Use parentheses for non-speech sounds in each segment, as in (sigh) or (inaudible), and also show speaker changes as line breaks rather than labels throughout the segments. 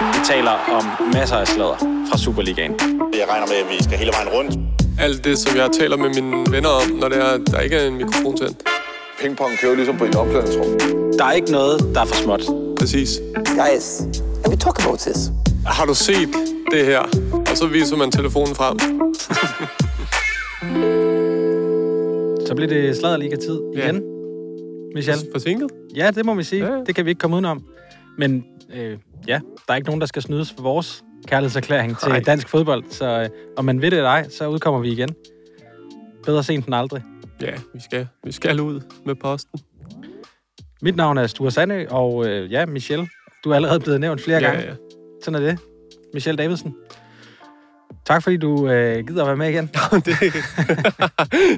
Vi taler om masser af sladder fra Superligaen.
Jeg regner med, at vi skal hele vejen rundt.
Alt det, som jeg taler med mine venner om, når det er, der ikke er en mikrofon tændt.
Pingpong kører ligesom på et opklædningsrum.
Der er ikke noget, der er for småt.
Præcis.
Guys, can we talk about this?
Har du set det her? Og så viser man telefonen frem.
Så bliver det sladderliga-tid
Ja.
igen, Michel.
Forsinket?
Ja, det må vi sige.
Ja, ja.
Det kan vi ikke komme udenom. Men øh, ja, der er ikke nogen, der skal snydes for vores kærlighedserklæring
Nej.
til dansk fodbold. Så øh, om man ved det eller ej, så udkommer vi igen. Bedre sent end aldrig.
Ja, vi skal, vi skal ud med posten.
Mit navn er Sture Sande, og øh, ja, Michel, du er allerede blevet nævnt flere gange.
Ja, (laughs) ja.
Sådan er det. Michel Davidsen. Tak fordi du øh, gider at være med igen.
(laughs)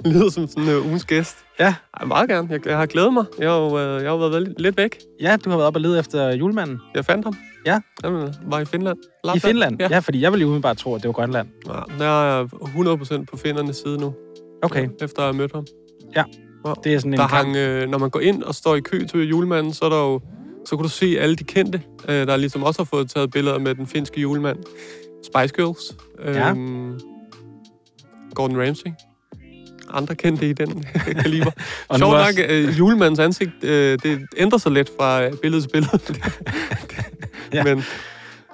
Det lyder som sådan en uh, ugens gæst.
Ja,
Ej, meget gerne. Jeg, jeg har glædet mig. Jeg har jo øh, jeg har jo været lidt- lidt væk.
ja du har været op og lede efter julemanden
Jeg fandt ham.
Ja.
Han øh, var i Finland.
i Finland. Ja.
Ja.
ja, fordi jeg ville jo umiddelbart tro, at det var Grønland.
ja. Jeg er 100% på finnernes side nu,
Okay,
efter at have mødt ham.
det er sådan en
Der
kamp.
hang, øh, når man går ind og står i kø til julemanden, så er der jo så kan du se alle de kendte, øh, der ligesom også har fået taget billeder med den finske julemand. Spice Girls. Øh,
Ja.
Gordon Ramsay. Andre kendte i den (laughs) kaliber.
(laughs) Og nu
Sjovt nok,
også-
øh, julemandens ansigt, øh, det ændrer sig lidt fra øh, billede til billede.
(laughs) Ja.
ja. Men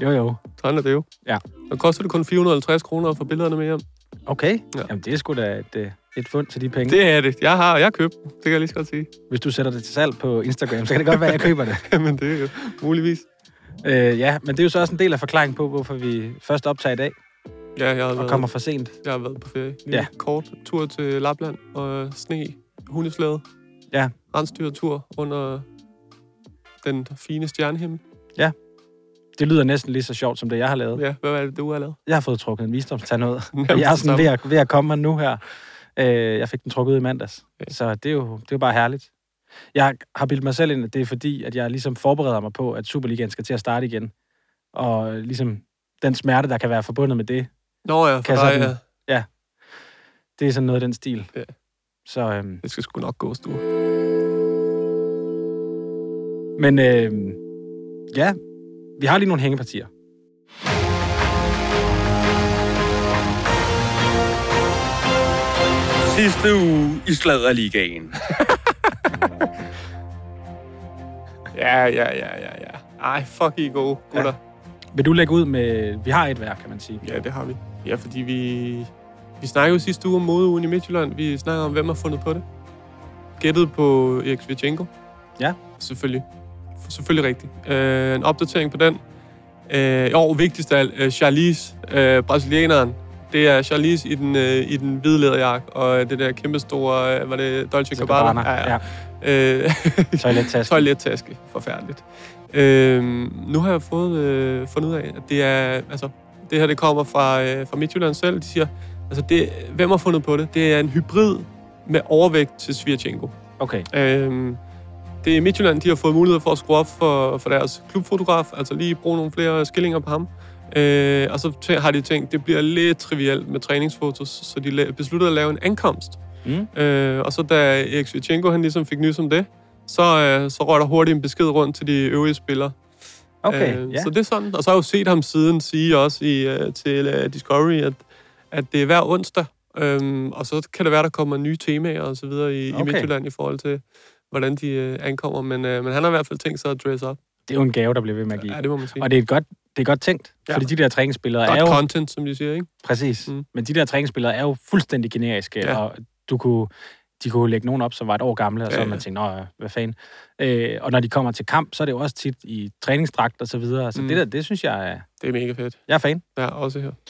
Jo, jo.
sådan er det jo.
Ja.
Og koster det kun 450 kroner at få billederne med hjem.
Okay, ja.
Ja.
jamen det er sgu da et, øh, et fund til de penge. Det.
Det er det. Jeg har, jeg har købt. dem. Det kan jeg lige så godt sige. (laughs)
Hvis du sætter det til salg på Instagram, så kan det godt være, at jeg køber det.
Men det er jo muligvis.
øh, ja, men det er jo så også en del af forklaringen på, hvorfor vi først optager i dag
Ja, jeg har
og
været-
kommer for sent.
Jeg har været på ferie. En
Ja.
ja. kort tur til Lapland og øh, sne, hundeslæde.
Ja.
Rensdyrtur under den fine stjernehimmel.
Det lyder næsten lige så sjovt, som det jeg har lavet.
Ja, hvad var det, du har lavet? (laughs)
Jeg har fået trukket en visdomstand ud, og
Nærmest
jeg er
det
sådan
samme.
ved at, ved at komme mig nu her. Øh, jeg fik den trukket ud i mandags, så det er, jo, det er jo bare herligt. Jeg har bildt mig selv ind, at det er fordi, at jeg ligesom forbereder mig på, at Superligaen skal til at starte igen. Og ligesom den smerte, der kan være forbundet med det,
Nå ja, for
Kan
Kan
jeg
dig,
sådan-
ja.
det er sådan noget af den stil.
Ja.
Så, øhm,
Det skal sgu nok gå, Stue.
men øhm, ja, vi har lige nogle hængepartier.
Sidste uge i Sladderligaen.
Ja, ja, ja, ja, ja. Ej, fuck, I er gode gutter.
Vil du lægge ud med... Vi har et værk, kan man sige.
Ja. ja, det har vi. Ja, fordi vi... Vi snakkede jo sidste uge om modeugen i Midtjylland. Vi snakkede om, hvem har fundet på det. Gættet på Erik Svitjenko.
Ja.
Selvfølgelig. Selvfølgelig rigtigt. Øh, en opdatering på den. Øh, jo, vigtigst af alt, øh, Charlize, øh, brasilianeren. Det er Charlize i den, øh, i den hvide læderjakke, og øh, det der kæmpe store, øh, var det Dolce Gabbana?
Ja,
ja. Øh, (laughs)
toilettaske.
Toilettaske. Forfærdeligt. Øhm, nu har jeg fået øh, fundet ud af, at det er, altså, det her det kommer fra, øh, fra Midtjylland selv. De siger, altså, det, hvem har fundet på det? Det er en hybrid med overvægt til Svirchenko.
Okay,
Øhm, det er Midtjylland, de har fået mulighed for at skrue op for, for deres klubfotograf, altså lige bruge nogle flere skillinger på ham. Øh, og så tæ- har de tænkt, det bliver lidt trivielt med træningsfotos, så de la- besluttede at lave en ankomst.
Mm.
Øh, og så da Erik Svitchenko, han ligesom fik nys om det, så, øh, så røg der hurtigt en besked rundt til de øvrige spillere.
okay,
Øh,
ja.
Så det er sådan. Og så har jeg jo set ham siden sige også i, øh, til øh, Discovery, at, at det er hver onsdag. Øhm, og så kan det være, der kommer nye temaer og så videre i, okay.
Okay.
i Midtjylland i forhold til, hvordan de øh, ankommer. Men, øh, men han har i hvert fald tænkt sig at dress up.
Det er jo en gave, der bliver ved med at give.
Ja, det må man sige.
Og det er, et godt, det er godt tænkt, ja.
Ja.
fordi de der træningsspillere er
Godt
jo...
content, som de siger, ikke?
Præcis. Mm.
Mm.
Men de der træningsspillere er jo fuldstændig generiske, ja.
Ja.
og du kunne, de kunne lægge nogen op, som var et år gamle, og så
Ja,
ja,
ja.
man tænkte, nå, hvad fanden. Øh, og når de kommer til kamp, så er det jo også tit i træningsdragt og så videre. Så mm.
Mm.
det der, det synes jeg, er-
Det er mega fedt.
jeg er fan.
Ja, også her. (laughs)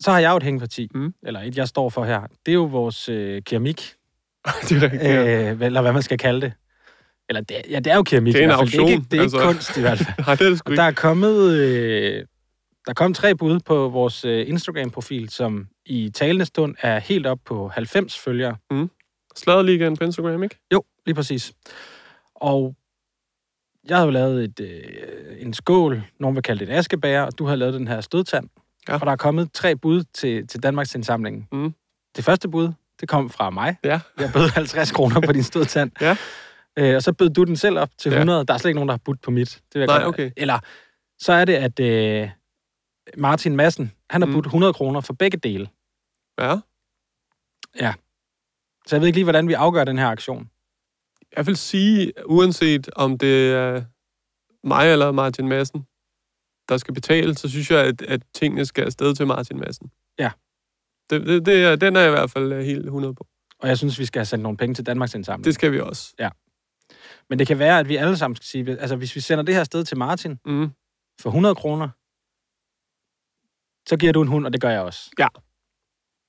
Så har jeg jo et hængeparti, mm.
Mm.
eller et, jeg står for her. Det er jo vores øh, keramik,
det er rigtigt. ja.
øh, eller hvad man skal kalde det. Eller det, er- ja, det er jo keramik.
Det er en
i hvert fald. Det er ikke,
auktion,
det er ikke
altså.
kunst i hvert fald.
Nej, det er det sgu
Og der
ikke.
er kommet... Øh, der kom tre bud på vores øh, Instagram-profil, som i talende stund er helt op på 90 følgere.
Sladerligaen på Instagram, ikke?
Jo, lige præcis. Og jeg havde jo lavet et, øh, en skål, nogen vil kalde det et askebæger, og du havde lavet den her stødtand.
Ja.
Og der er kommet tre bud til, til Danmarks indsamling.
Mm.
Det første bud, det kom fra mig.
Ja.
Jeg bød 50 kroner på din stødtand.
Ja.
Øh, og så bød du den selv op til
Ja.
100. Der er slet ikke nogen, der har budt på mit. Det vil jeg
Nej,
godt-
okay.
Eller så er det, at øh, Martin Madsen, han har
Mm.
budt 100 kroner for begge dele.
Ja.
Så jeg ved ikke lige, hvordan vi afgør den her aktion.
Jeg vil sige, uanset om det er mig eller Martin Madsen, der skal betale, så synes jeg, at, at tingene skal afsted til Martin Madsen.
Ja.
Det, det, det er, den er jeg i hvert fald øh, helt 100 på.
Og jeg synes, vi skal have sendt nogle penge til Danmarks Indsamling.
Det skal vi også.
Men det kan være, at vi alle sammen skal sige, altså hvis vi sender det her sted til Martin
Mm.
for 100 kroner, så giver du en hund, og det gør jeg også.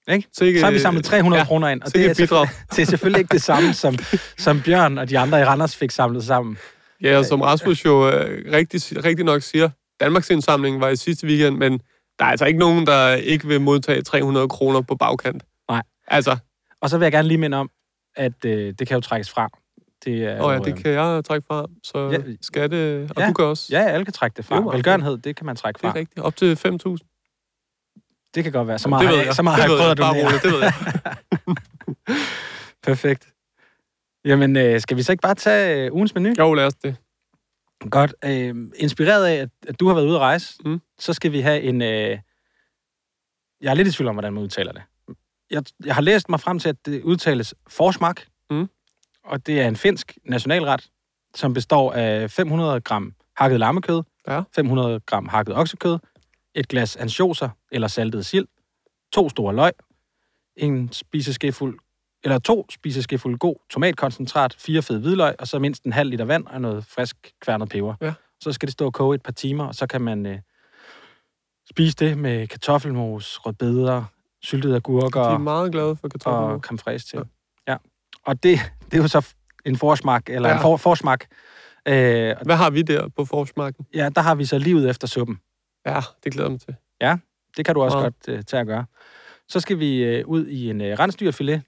Sikke,
Så har vi samlet 300
Øh, ja,
ja, kroner ind, og
sikke
det er, (laughs)
et bidrag.
selvfø- det er selvfølgelig ikke det samme, som,
(laughs)
som Bjørn og de andre i Randers fik samlet sammen.
Ja, og som Rasmus jo øh, rigtig, rigtig nok siger, Danmarks indsamling var i sidste weekend, men der er altså ikke nogen, der ikke vil modtage 300 kroner på bagkant.
Nej.
Altså,
Og så vil jeg gerne lige minde om, at øh, det kan jo trækkes fra. Det er,
og ja,
jo,
det
øh,
kan jeg trække fra, så
Ja.
ja, skal det, og
Ja.
ja, du kan også.
Ja, alle kan trække det fra.
Jo, absolut.
Velgørenhed, det kan man trække
Det
fra.
er
Det,
rigtigt. Op til 5.000.
det kan godt være. Så
Jamen,
meget, har jeg, så meget har jeg
det ved
prøvet at
Bare
donere.
roligt, det ved
(laughs)
jeg.
Perfekt. Jamen, øh, skal vi så ikke bare tage øh, ugens menu?
Jo, lad os det.
Godt. Øh, inspireret af, at, at du har været ude at rejse, mm.
Mm.
så skal vi have en... Øh, jeg er lidt i tvivl om, hvordan man udtaler det. Jeg, jeg har læst mig frem til, at det udtales forsmak,
Mm.
og det er en finsk nationalret, som består af 500 gram hakket lammekød,
Ja.
500 gram hakket oksekød, et glas ansjoser eller saltet sild, to store løg, en spiseskefuld eller to spiseskefulde god tomatkoncentrat, fire fede hvidløg, og så mindst en halv liter vand og noget frisk kværnet peber.
Ja.
Så skal det stå og koge et par timer, og så kan man øh, spise det med kartoffelmos, rødbeder, syltede agurker
De er meget glade for
og
kartoffelmos.
creme fraiche til.
Ja.
Ja. Og det, det er jo så en forsmag, eller ja. en
Ja.
for, forsmag. Øh, og
Hvad har vi der på forsmakken?
ja, der har vi så livet efter suppen.
Ja, det glæder jeg mig til.
Det kan du også
Ja.
godt øh, tage at gøre. Så skal vi øh, ud i en øh, rensdyrfilet.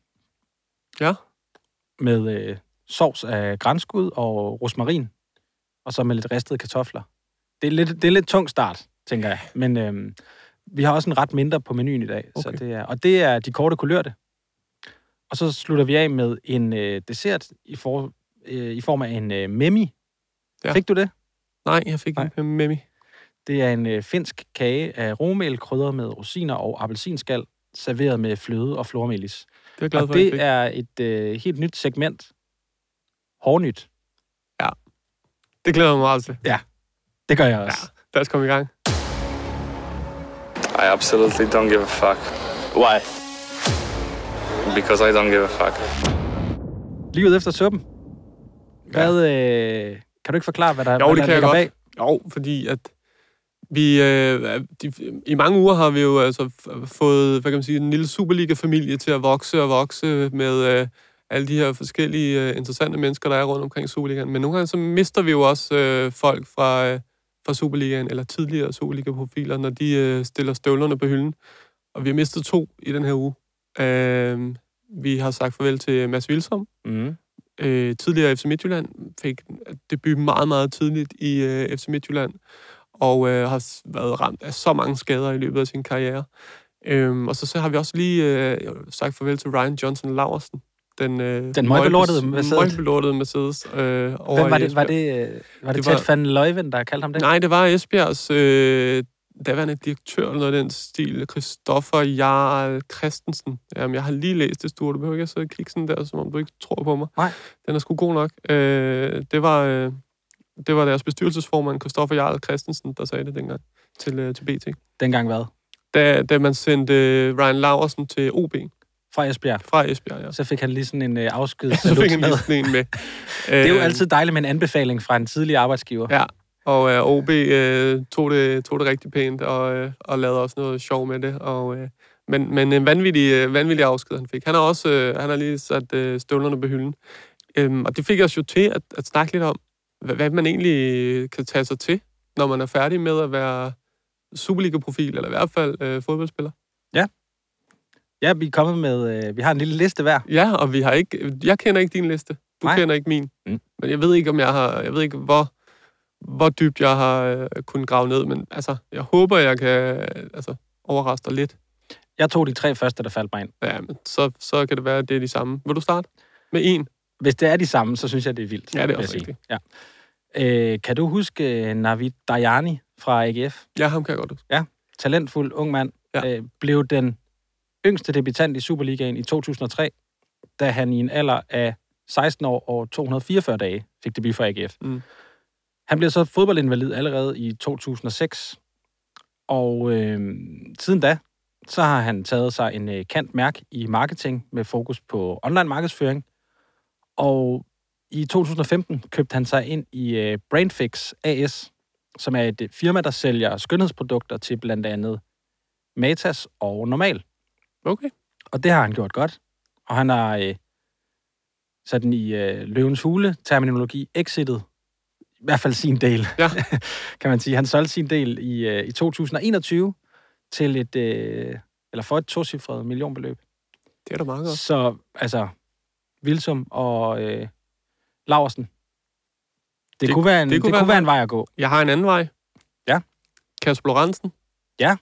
Ja.
Med øh, sovs af grænskud og rosmarin. Og så med lidt ristede kartofler. Det er lidt, det er lidt tung start, tænker jeg. Men øh, vi har også en ret mindre på menuen i dag. Okay. Så
Okay.
det er, og det er de korte kulørte. Og så slutter vi af med en øh, dessert i, for, øh, i form af en øh, memi. Ja.
Ja.
Fik du det?
Nej, jeg fik
Nej.
en med mig.
Det er en øh, finsk kage af romel, krydret med rosiner og appelsinskal, serveret med fløde og flormelis.
Det er jeg glad
Og
for, jeg fik.
det er et øh, helt nyt segment. Hårdnyt.
Det glæder jeg mig meget til.
Det gør jeg også.
Lad os komme i gang.
I absolutely don't give a fuck
Why?
because I don't give a fuck.
Ja. Livet efter suppen. Hvad, øh, kan du ikke forklare, hvad der,
Jo,
hvad
det
der
kan jeg
ligger
godt.
bag?
Jo, fordi at vi, øh, de, i mange uger har vi jo altså f- fået, hvad kan man sige, en lille Superliga-familie til at vokse og vokse med øh, alle de her forskellige øh, interessante mennesker, der er rundt omkring Superligaen. Men nogle gange så mister vi jo også øh, folk fra, øh, fra Superligaen, eller tidligere Superliga-profiler, når de øh, stiller støvlerne på hylden. Og vi har mistet to i den her uge. Øh, vi har sagt farvel til Mads Wilsom,
Mm.
øh, tidligere FC Midtjylland, fik debut meget, meget tidligt i øh, FC Midtjylland, og øh, har s- været ramt af så mange skader i løbet af sin karriere. Øhm, og så, så har vi også lige øh, sagt farvel til Ryan Johnson Laversen, den, øh,
Den møgbelortede
møgbes-
Mercedes.
møgbelortede Mercedes. Øh, over
Hvem var
i
det? Var
Esbjerg.
det, øh, var det,
Det
det
var-
Ted van Leuven, der kaldte ham det?
Nej, det var Esbjergs øh, daværende direktør, eller noget af den stil, Christoffer Jarl Christensen. Jamen, jeg har lige læst det, Sture. Du behøver ikke at sidde og kigge sådan der, som om du ikke tror på mig.
Nej.
Den er sgu god nok. Øh, det, var, øh, det var deres bestyrelsesformand, Christoffer Jarl Christensen, der sagde det dengang til, øh, til BT.
Dengang hvad?
Da, da man sendte øh, Ryan Laversen til OB
Fra Esbjerg.
fra Esbjerg, ja.
Så fik han lige sådan en øh, afsked.
(laughs) Så fik han lige sådan en med.
Det er jo
Øh,
altid dejligt med en anbefaling fra en tidlig arbejdsgiver.
Ja, og øh, OB øh, tog, det, tog det rigtig pænt og, øh, og lavede også noget sjov med det. Og, øh, men, men en vanvittig, øh, vanvittig afsked, han fik. Han har også øh, han har lige sat øh, støvlerne på hylden. Øhm, og det fik os jo til at, at snakke lidt om, hvad, hvad man egentlig kan tage sig til, når man er færdig med at være Superliga-profil, eller i hvert fald øh, fodboldspiller.
Ja, vi er kommet med... Øh, vi har en lille liste hver.
Ja, og vi har ikke, jeg kender ikke din liste. Du
Nej.
Nej. kender ikke min.
Mm.
Mm. Men jeg ved ikke, om jeg har, jeg ved ikke, hvor, hvor dybt jeg har øh, kunnet grave ned, men altså, jeg håber, jeg kan øh, altså, overraske dig lidt.
Jeg tog de tre første, der faldt mig ind.
Ja, men så, så kan det være, at det er de samme. Vil du starte med en?
Hvis det er de samme, så synes jeg, det er vildt.
Ja, det er
vil jeg
også
sige.
rigtigt.
Ja. Øh, kan du huske øh, Navid Dajani fra AGF?
Ja, ham kan jeg godt huske.
Talentfuld ung mand.
Ja.
Øh, blev den yngste debutant i Superligaen i 2003, da han i en alder af 16 år og 244 dage fik debut for AGF.
Mm.
Han blev så fodboldinvalid allerede i 2006, og øh, siden da, så har han taget sig en øh, kant mærk i marketing med fokus på online markedsføring, og i 2015 købte han sig ind i øh, Brainfix AS, som er et øh, firma, der sælger skønhedsprodukter til blandt andet Matas og Normal.
Okay.
Og det har han gjort godt. Og han har øh, sådan i øh, løvens hule-terminologi exited i hvert fald sin del,
Ja.
(laughs) kan man sige. Han solgte sin del i, øh, i 2021 til et, øh, eller for et tocifret millionbeløb.
Det er da meget godt.
Så altså, Vilsum og øh, Laversen. Det, det, kunne være en, det, kunne, det være, kunne være en vej at gå.
Jeg har en anden vej.
Ja.
Kasper Lorentzen.
Ja.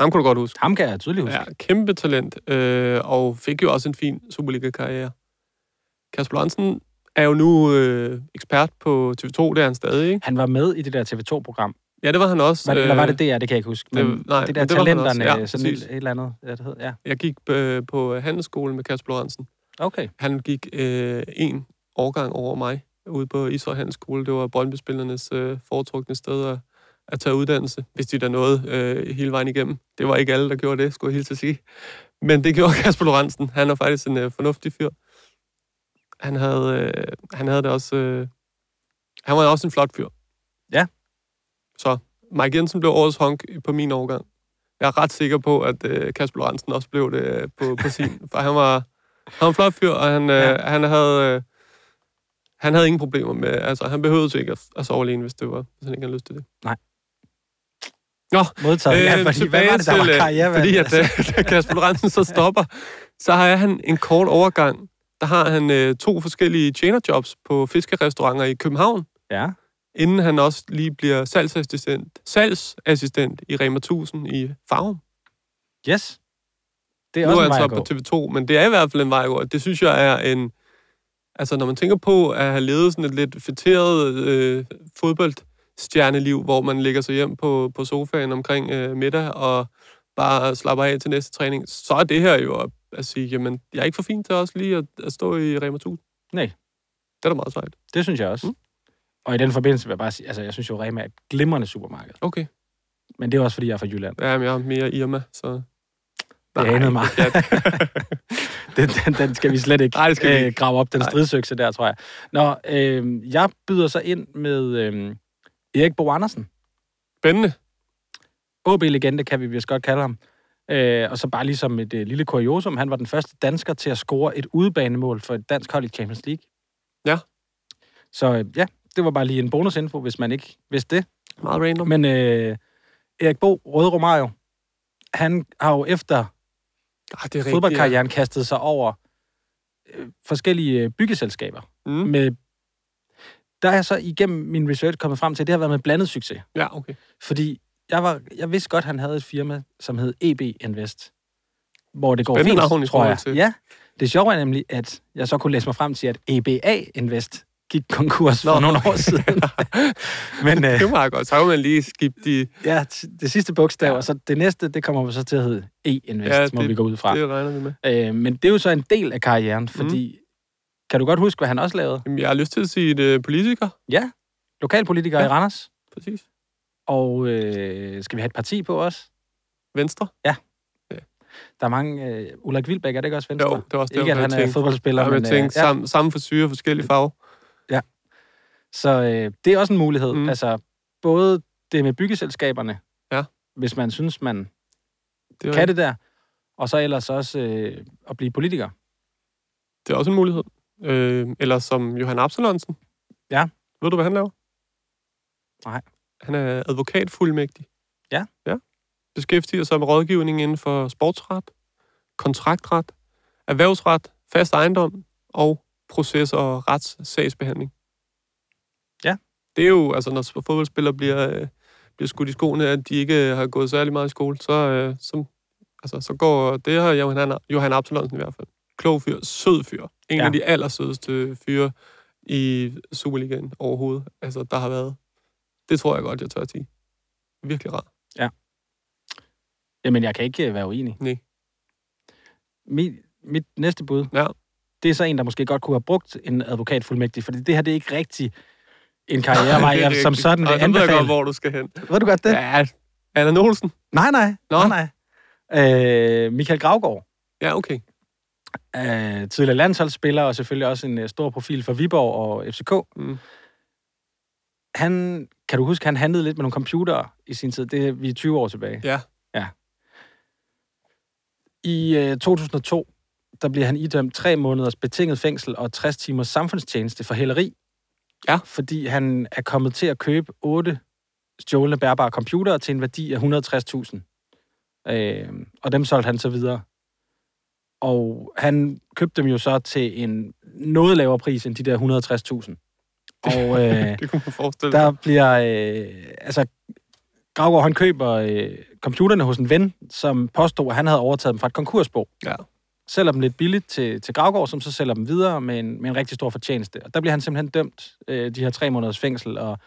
Ham kunne du godt huske.
Ham kan jeg tydeligt huske.
Ja, kæmpe talent, øh, og fik jo også en fin Superliga-karriere. Kasper Lorentzen er jo nu øh, ekspert på TV2, det er han stadig, ikke?
Han var med i det der TV2-program.
Ja, det var han også.
Var det, eller var det
øh,
DR? Det kan jeg ikke huske. Men
det-
det,
nej,
nej, det der
men
det
det var han også.
talenterne,
Ja,
ja, sådan et,
præcis.
et eller andet. Ja, det hed, ja.
Jeg gik øh, på handelsskolen med Kasper Lorentzen.
Okay.
Han gik øh, en årgang over mig ude på Ishøj Handelsskole. Det var Brøndby-spillernes øh, foretrukne sted at, at tage uddannelse, hvis de der nåede øh, hele vejen igennem. Det var ikke alle, der gjorde det, skulle jeg hilse at sige. Men det gjorde (laughs) Kasper Lorentzen. Han er faktisk en øh, fornuftig fyr. Han havde, øh, han havde det også... Øh, han var også en flot fyr.
Ja.
Så Mike Jensen blev årets honk på min årgang. Jeg er ret sikker på, at øh, Kasper Lorentzen også blev det øh, på, på sin. For han var, han var en flot fyr, og han, øh,
Ja.
han havde... Øh, han havde ingen problemer med, altså han behøvede ikke at, at sove alene, hvis, det var, hvis han ikke havde lyst til det.
Modtaget. Øh, ja, fordi, hvad altså? var det, der var
øh,
karriere?
Fordi at øh, (laughs) da, da Kasper Lorentzen så stopper, så har han en kort overgang. Der har han øh, to forskellige tjenerjobs på fiskerestauranter i København,
ja,
inden han også lige bliver salgsassistent, salgsassistent i Rema 1000 i Farum.
yes. Det er
Nu
også
er
en
han
vej
så
at gå.
på TV2, men det er i hvert fald en vej at gå. og Det synes jeg er en... Altså, når man tænker på at have levet sådan et lidt fætteret øh, fodboldstjerneliv, hvor man ligger sig hjem på, på sofaen omkring øh, middag og bare slapper af til næste træning, så er det her jo at, at sige, jamen, jeg er ikke for fin til også lige at, at stå i Rema 1000.
Nej.
Det er da meget sejt.
Det synes jeg også.
Mm.
Mm. Og i den forbindelse vil jeg bare sige, altså jeg synes jo, Rema er et glimrende supermarked.
Okay.
Men det er også, fordi jeg er fra Jylland.
Ja, men jeg er mere Irma, så...
Det anede mig.
Ja,
(laughs) den, den, den skal vi slet ikke
Nej, det skal vi
øh,
ikke.
grave op, den
Nej.
stridsøkse der, tror jeg. Nå, øh, jeg byder så ind med øh, Erik Bo Andersen.
spændende.
OB-legende kan vi vist godt kalde ham. Øh, og så bare ligesom et øh, lille kuriosum, han var den første dansker til at score et udebanemål for et dansk hold i Champions League.
Ja.
Så øh, ja, det var bare lige en bonusinfo, hvis man ikke vidste det.
Meget random.
Men øh, Erik Bo, Røde Romario, han har jo efter
Ah, det er rigtigt,
fodboldkarrieren kastet sig over øh, forskellige øh, byggeselskaber.
Ja.
Mm.
Mm.
Med, der er jeg så igennem min research kommet frem til, at det har været med blandet succes.
ja, okay.
Fordi jeg, var, jeg vidste godt, at han havde et firma, som hed EB Invest. Hvor det går
Spændende navn i
fint, tror
forhold
jeg.
til.
Ja, det sjove er nemlig, at jeg så kunne læse mig frem til, at EBA Invest gik konkurs for
Nå,
nogle år
(laughs)
siden. Men øh,
Det var godt. Så kan man lige skifte de...
ja, t- det sidste bogstav, og så det næste, det kommer så til at hedde E-Invest,
Ja,
ja, må
det-
vi gå ud fra.
Det Mhm. regner vi med.
Øh, men det er jo så en del af karrieren, fordi mm. kan du godt huske, hvad han også lavede?
Jamen, jeg har lyst til at sige det politiker.
Ja, lokalpolitiker ja.
Ja.
i Randers.
Præcis.
Og øh, skal vi have et parti på os?
Venstre.
Der er mange... Øh, Ulrik Vilbæk, er det ikke også Venstre?
Jo, det var også det,
ikke, at
jeg
han er
tænkte.
fodboldspiller,
Jeg
men...
men,
Øh,
tænkte,
ja,
sam, samme forsyre, forskellige farver.
så øh, det er også en mulighed.
Mm.
Mm. Altså, både det med byggeselskaberne,
Ja.
hvis man synes, man
Det er,
kan det der, og så ellers også øh, at blive politiker.
det er også en mulighed. Øh, eller som Johan Absalonsen.
Ja.
Ved du, hvad han laver?
Nej.
Han er advokatfuldmægtig.
Ja.
Ja. Beskæftiger sig med rådgivning inden for sportsret, kontraktret, erhvervsret, fast ejendom og proces- og retssagsbehandling.
Ja.
Det er jo, altså når fodboldspillere bliver, øh, bliver skudt i skoene, at de ikke øh, har gået særlig meget i skole, så, øh, så, altså, så går det her Johan, Johan Absalonsen i hvert fald. Klog fyr, sød fyr. En
Ja.
ja. af de allersødeste fyre i Superligaen overhovedet. Altså, der har været... Det tror jeg godt, jeg tør at sige. Virkelig rart.
Jamen, jeg kan ikke øh, være uenig.
Nej. (laughs)
Mit, mit næste bud,
Ja.
det er så en, der måske godt kunne have brugt en advokatfuldmægtig, fordi det her det er ikke rigtig en karrierevej,
Det er
jeg altså, som
rigtigt.
sådan vil
Og der ved jeg
anbefale.
godt, hvor du skal hen.
Ved du godt det?
Ja, Allan Olsen.
Nej, nej.
Nå.
nej, nej. Øh, Michael Gravgaard,
Ja, okay.
øh, tidligere landsholdsspiller, og selvfølgelig også en øh, stor profil for Viborg og FCK.
Mm.
Han, kan du huske, han handlede lidt med nogle computere i sin tid. Det er vi er 20 år tilbage.
Ja.
ja. I øh, 2002, der bliver han idømt tre måneders betinget fængsel og 60 timers samfundstjeneste for hæleri.
Ja.
Fordi han er kommet til at købe otte stjålne bærbare computere til en værdi af 160.000. Øh, og dem solgte han så videre. Og han købte dem jo så til en noget lavere pris end de der 160.000. Og øh,
Det kunne man (laughs) forestille sig.
der bliver... Øh, altså, Gravgaard, han køber øh, computerne hos en ven, som påstod, at han havde overtaget dem fra et konkursbo.
Ja.
Sælger dem lidt billigt til, til Gravgaard, som så sælger dem videre med en, med en rigtig stor fortjeneste. Og der bliver han simpelthen dømt øh, de her tre måneders fængsel og,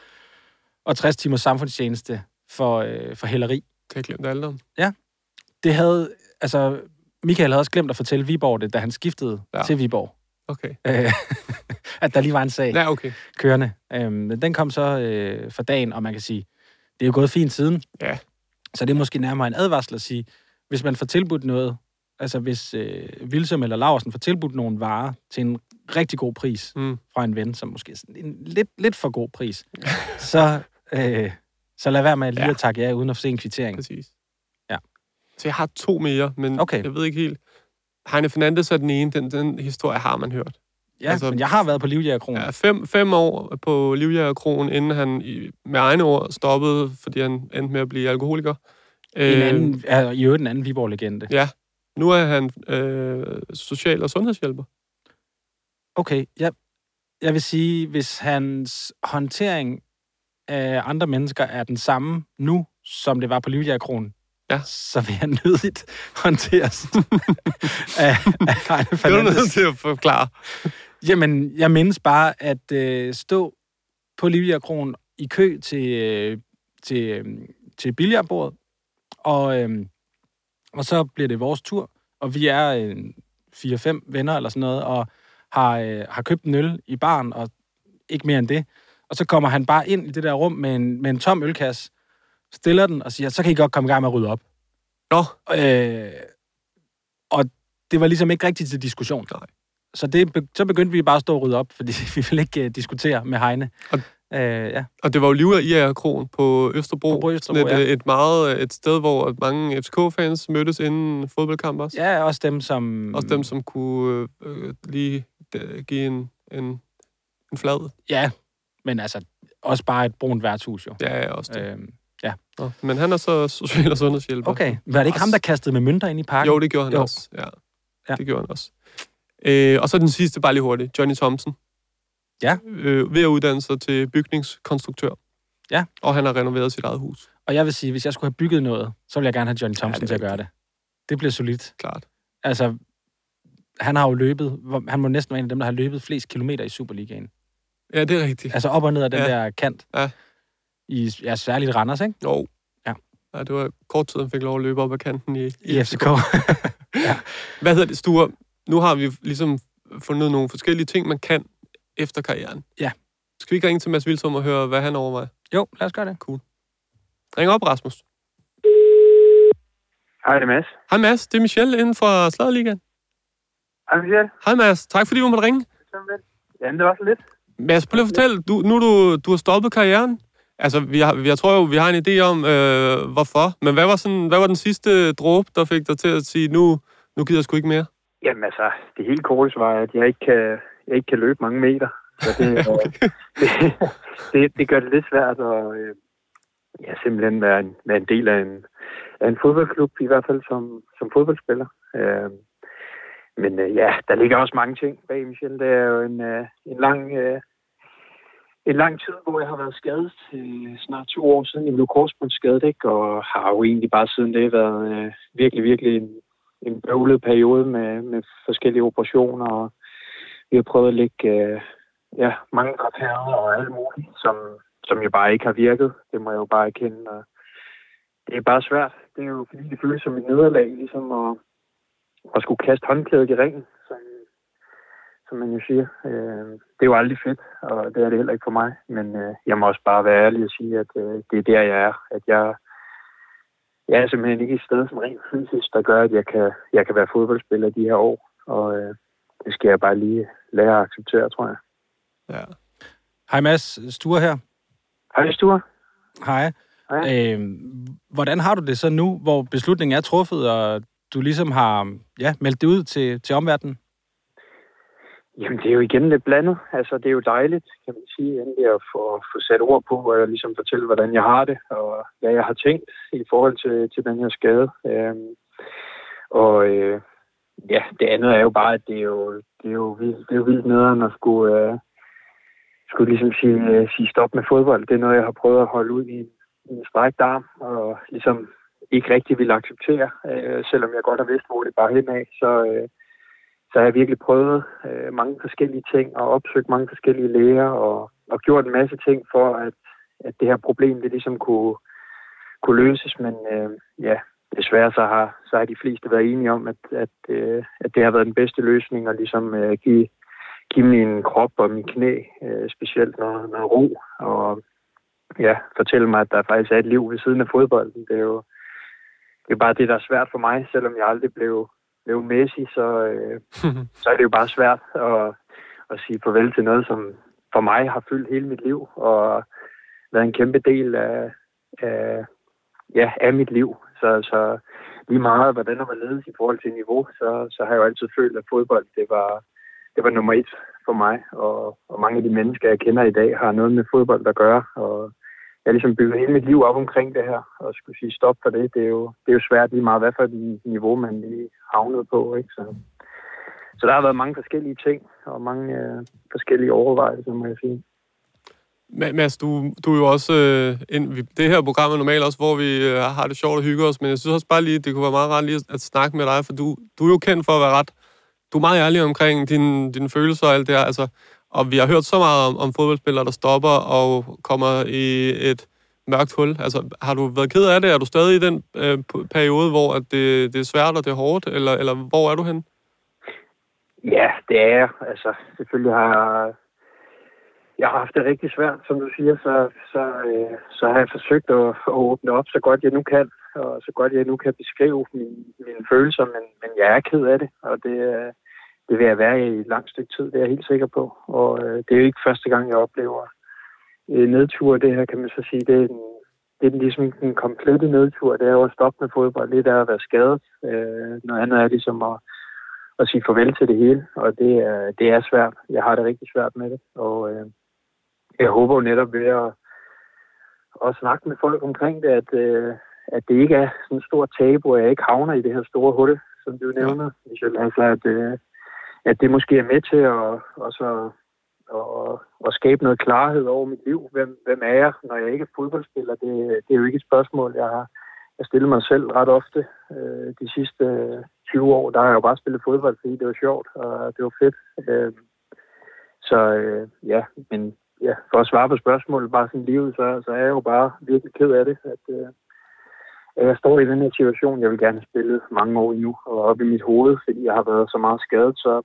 og 60 timers samfundstjeneste for, øh, for hæleri
Det har jeg glemt alt om.
det havde, altså, Michael havde også glemt at fortælle Viborg det, da han skiftede
Ja.
ja. til Viborg.
Okay.
Øh, (laughs) at der lige var en sag
Ja, okay.
kørende. Øhm, men den kom så øh, for dagen, og man kan sige, det er jo gået fint siden.
Ja.
Så det er måske nærmere en advarsel at sige, hvis man får tilbudt noget, altså hvis øh, Vilsum eller Laursen får tilbudt nogle varer til en rigtig god pris
Mm.
fra en ven, som måske er sådan en lidt, lidt for god
(laughs)
pris, så, øh, så lad være med lige
Ja.
ja. at takke jer uden at se en kvittering.
Præcis.
Ja.
Så jeg har to mere, men
Okay.
jeg ved ikke helt. Heine Fernandes er den ene, den, den historie har man hørt.
Ja,
Altså-
altså, men jeg har været på Livjægerkronen.
Ja, fem, fem år på Livjægerkroen, inden han i, med egne ord stoppede, fordi han endte med at blive alkoholiker.
En
Øh,
anden, er i øvrigt en anden Viborg-legende.
Ja. Nu er han øh, social- og sundhedshjælper.
Okay, ja. Jeg vil sige, hvis hans håndtering af andre mennesker er den samme nu, som det var på Livjægerkronen,
Ja.
så vil han nødigt håndteres af, af Heine
Det er du nødt
Fernandes.
til at forklare.
Jamen, jeg mindes bare at øh, stå på Livjægerkronen i kø til, øh, til, øh, til billiardbordet, og, øh, og så bliver det vores tur, og vi er øh, 4-5 venner eller sådan noget, og har, øh, har købt en øl i baren, og ikke mere end det. Og så kommer han bare ind i det der rum med en, med en tom ølkasse, stiller den og siger, så kan I godt komme i gang med at rydde op.
Nå,
Øh, og det var ligesom ikke rigtigt til diskussion.
Nej.
Så, det, be- så begyndte vi bare at stå og rydde op, fordi (laughs) vi ville ikke uh, diskutere med Heine.
Og-
Øh, ja.
Og det var jo Livjægerkroen på Østerbro.
På Bro Østerbro,
sådan et, øh,
ja.
et, meget, et sted, hvor mange FCK-fans mødtes inden fodboldkamp også.
ja, også dem, som...
Også dem, som kunne øh, lige øh, give en, en, en flad.
Ja, men altså også bare et brunt værtshus jo.
Ja, ja, også det.
Øh,
Nå, Men han er så social- og sundhedshjælper.
okay, var det ikke ham, der kastede med mønter ind i parken?
Jo, det gjorde han
Jo.
også. Ja,
Ja.
det gjorde han også. Øh, og så den sidste, bare lige hurtigt. Johnny Thompson.
Ja.
Øh, ved at uddanne sig til bygningskonstruktør.
Ja.
Og han har renoveret sit eget hus,
Og jeg vil sige, hvis jeg skulle have bygget noget, så ville jeg gerne have Johnny Thompson ja,
det
til
er
at gøre det. Det bliver solidt.
klart.
Altså, han har jo løbet... hvor- Han må næsten være en af dem, der har løbet flest kilometer i Superligaen.
Ja, det er rigtigt.
Altså op og ned af den
Ja.
ja. der kant.
Ja.
I, ja, særligt Randers, ikke?
Jo.
Ja.
ja. det var kort tid, han fik lov at løbe op ad kanten i,
I FCK.
Hvad hedder det, Sture? Nu har vi ligesom fundet nogle forskellige ting, man kan efter karrieren.
Ja.
Skal vi ikke ringe til Mads Vilsum og høre, hvad han overvejer?
(laughs) jo, lad os gøre det.
Ring op, Rasmus.
Hej, det er Mads.
Hej Mads, det er Michelle inden for Sladerligaen.
Hej, Michel.
Hej Mads, tak fordi vi måtte ringe.
Jamen, det var så lidt.
Mads, prøv lige at fortælle, du, nu er du, du har stoppet karrieren. Altså, vi har, vi- jeg tror jo, vi har en idé om, øh, hvorfor. Men hvad var, sådan, hvad var den sidste dråbe, der fik dig til at sige, nu, nu gider jeg sgu ikke mere?
Jamen, altså, det helt korte svar er, at jeg ikke kan, jeg ikke kan løbe mange meter. Så det, okay. det, det, det gør det lidt svært at øh, ja, simpelthen være en, være en del af en, af en fodboldklub, i hvert fald som, som fodboldspiller. Øh, men øh, ja, der ligger også mange ting bag, Michel. Det er jo en, øh, en lang... Øh, en lang tid, hvor jeg har været skadet til snart to år siden. Jeg blev korsbundsskadet, ikke? Og har jo egentlig bare siden det været øh, virkelig, virkelig en, en bøvlet periode med, med forskellige operationer, og vi har prøvet at lægge øh, ja, mange kvarterer og alt muligt, som, som jo bare ikke har virket. Det må jeg jo bare erkende. Og det er bare svært. Det er jo fordi, det føles som et nederlag, ligesom at, at skulle kaste håndklædet i ringen, som, som man jo siger. Øh, det er jo aldrig fedt, og det er det heller ikke for mig. Men øh, jeg må også bare være ærlig og sige, at øh, det er der, jeg er. At jeg, jeg er simpelthen ikke et sted, som rent fysisk, der gør, at jeg kan, jeg kan være fodboldspiller de her år. Og øh, det skal jeg bare lige lære at acceptere, tror jeg.
Ja.
Hej Mads, Sture her.
Hej, Sture.
Hej.
Hej.
Øh, hvordan har du det så nu, hvor beslutningen er truffet, og du ligesom har ja, meldt det ud til, til omverdenen?
Jamen, det er jo igen lidt blandet. Altså, det er jo dejligt, kan man sige, endelig at få, få sat ord på, og ligesom fortælle, hvordan jeg har det, og hvad jeg har tænkt i forhold til, til den her skade. Øhm, og øh, ja, det andet er jo bare, at det er jo, det er jo, vildt, det er jo vildt nederen at skulle, øh, skulle ligesom sige, øh, sige stop med fodbold. Det er noget, jeg har prøvet at holde ud i en- i en strækt arm, og ligesom ikke rigtig ville acceptere, øh, selvom jeg godt har vidst, hvor det bare henad, så... Øh, så har jeg virkelig prøvet øh, mange forskellige ting og opsøgt mange forskellige læger og, og gjort en masse ting for, at, at det her problem det ligesom kunne, kunne løses. Men øh, ja, desværre så har, så har de fleste været enige om, at, at, øh, at det har været den bedste løsning at ligesom øh, give, give min krop og min knæ øh, specielt noget, noget ro og ja, fortælle mig, at der faktisk er et liv ved siden af fodbolden. Det er jo det er bare det, der er svært for mig, selvom jeg aldrig blev, blev Messi, så, øh, så er det jo bare svært at, at sige farvel til noget, som for mig har fyldt hele mit liv og været en kæmpe del af, af, ja, af mit liv. Så, så lige meget, hvordan man ledes i forhold til niveau, så, så har jeg jo altid følt, at fodbold det var, det var nummer et for mig. Og, og mange af de mennesker, jeg kender i dag, har noget med fodbold at gøre. Og jeg har ligesom bygget hele mit liv op omkring det her, og skulle sige stop for det. Det er jo, det er jo svært lige meget, hvad for et niveau man lige havnede på. Ikke? Så, så der har været mange forskellige ting, og mange øh, forskellige overvejelser, må jeg sige.
Ma- Mads, du, du er jo også... Øh, ind, vi, det her program er normalt også, hvor vi øh, har det sjovt og hygger os, men jeg synes også bare lige, det kunne være meget rart lige at, at snakke med dig, for du, du er jo kendt for at være ret... Du er meget ærlig omkring dine, dine følelser og alt det her, altså, og vi har hørt så meget om, om fodboldspillere, der stopper og kommer i et mørkt hul. Altså, har du været ked af det? Er du stadig i den øh, p- periode, hvor at det, det er svært og det er hårdt, eller, eller hvor er du hen?
Ja, det er jeg. Altså, selvfølgelig har jeg, jeg har haft det rigtig svært, som du siger, så, så, øh, så har jeg forsøgt at, at åbne op så godt jeg nu kan, og så godt jeg nu kan beskrive mine, mine følelser, men, men jeg er ked af det, og det, øh, det vil jeg være i et langt stykke tid, det er jeg helt sikker på. Og øh, det er jo ikke første gang, jeg oplever øh, nedtur, det her kan man så sige, det er den, det er den, ligesom den komplette nedtur, det er jo at stoppe med fodbold, det er at være skadet, øh, noget andet er ligesom at at sige farvel til det hele, og det er, det er svært. Jeg har det rigtig svært med det, og øh, jeg håber jo netop ved at, at snakke med folk omkring det, at, øh, at det ikke er sådan en stor tabu, og jeg ikke havner i det her store hul, som du nævner. Hvis jeg- Altså, at, øh, at det måske er med til at, og så, og, og skabe noget klarhed over mit liv. Hvem, hvem er jeg, når jeg ikke er fodboldspiller? Det, det er jo ikke et spørgsmål, jeg har jeg stiller mig selv ret ofte. Øh, de sidste øh, 20 år, der har jeg jo bare spillet fodbold, fordi det var sjovt, og det var fedt. Øh, så øh, ja, men ja, for at svare på spørgsmålet, bare sådan livet, så, så er jeg jo bare virkelig ked af det, at, øh, at jeg står i den her situation. Jeg vil gerne have spillet mange år endnu, og op i mit hoved, fordi jeg har været så meget skadet, så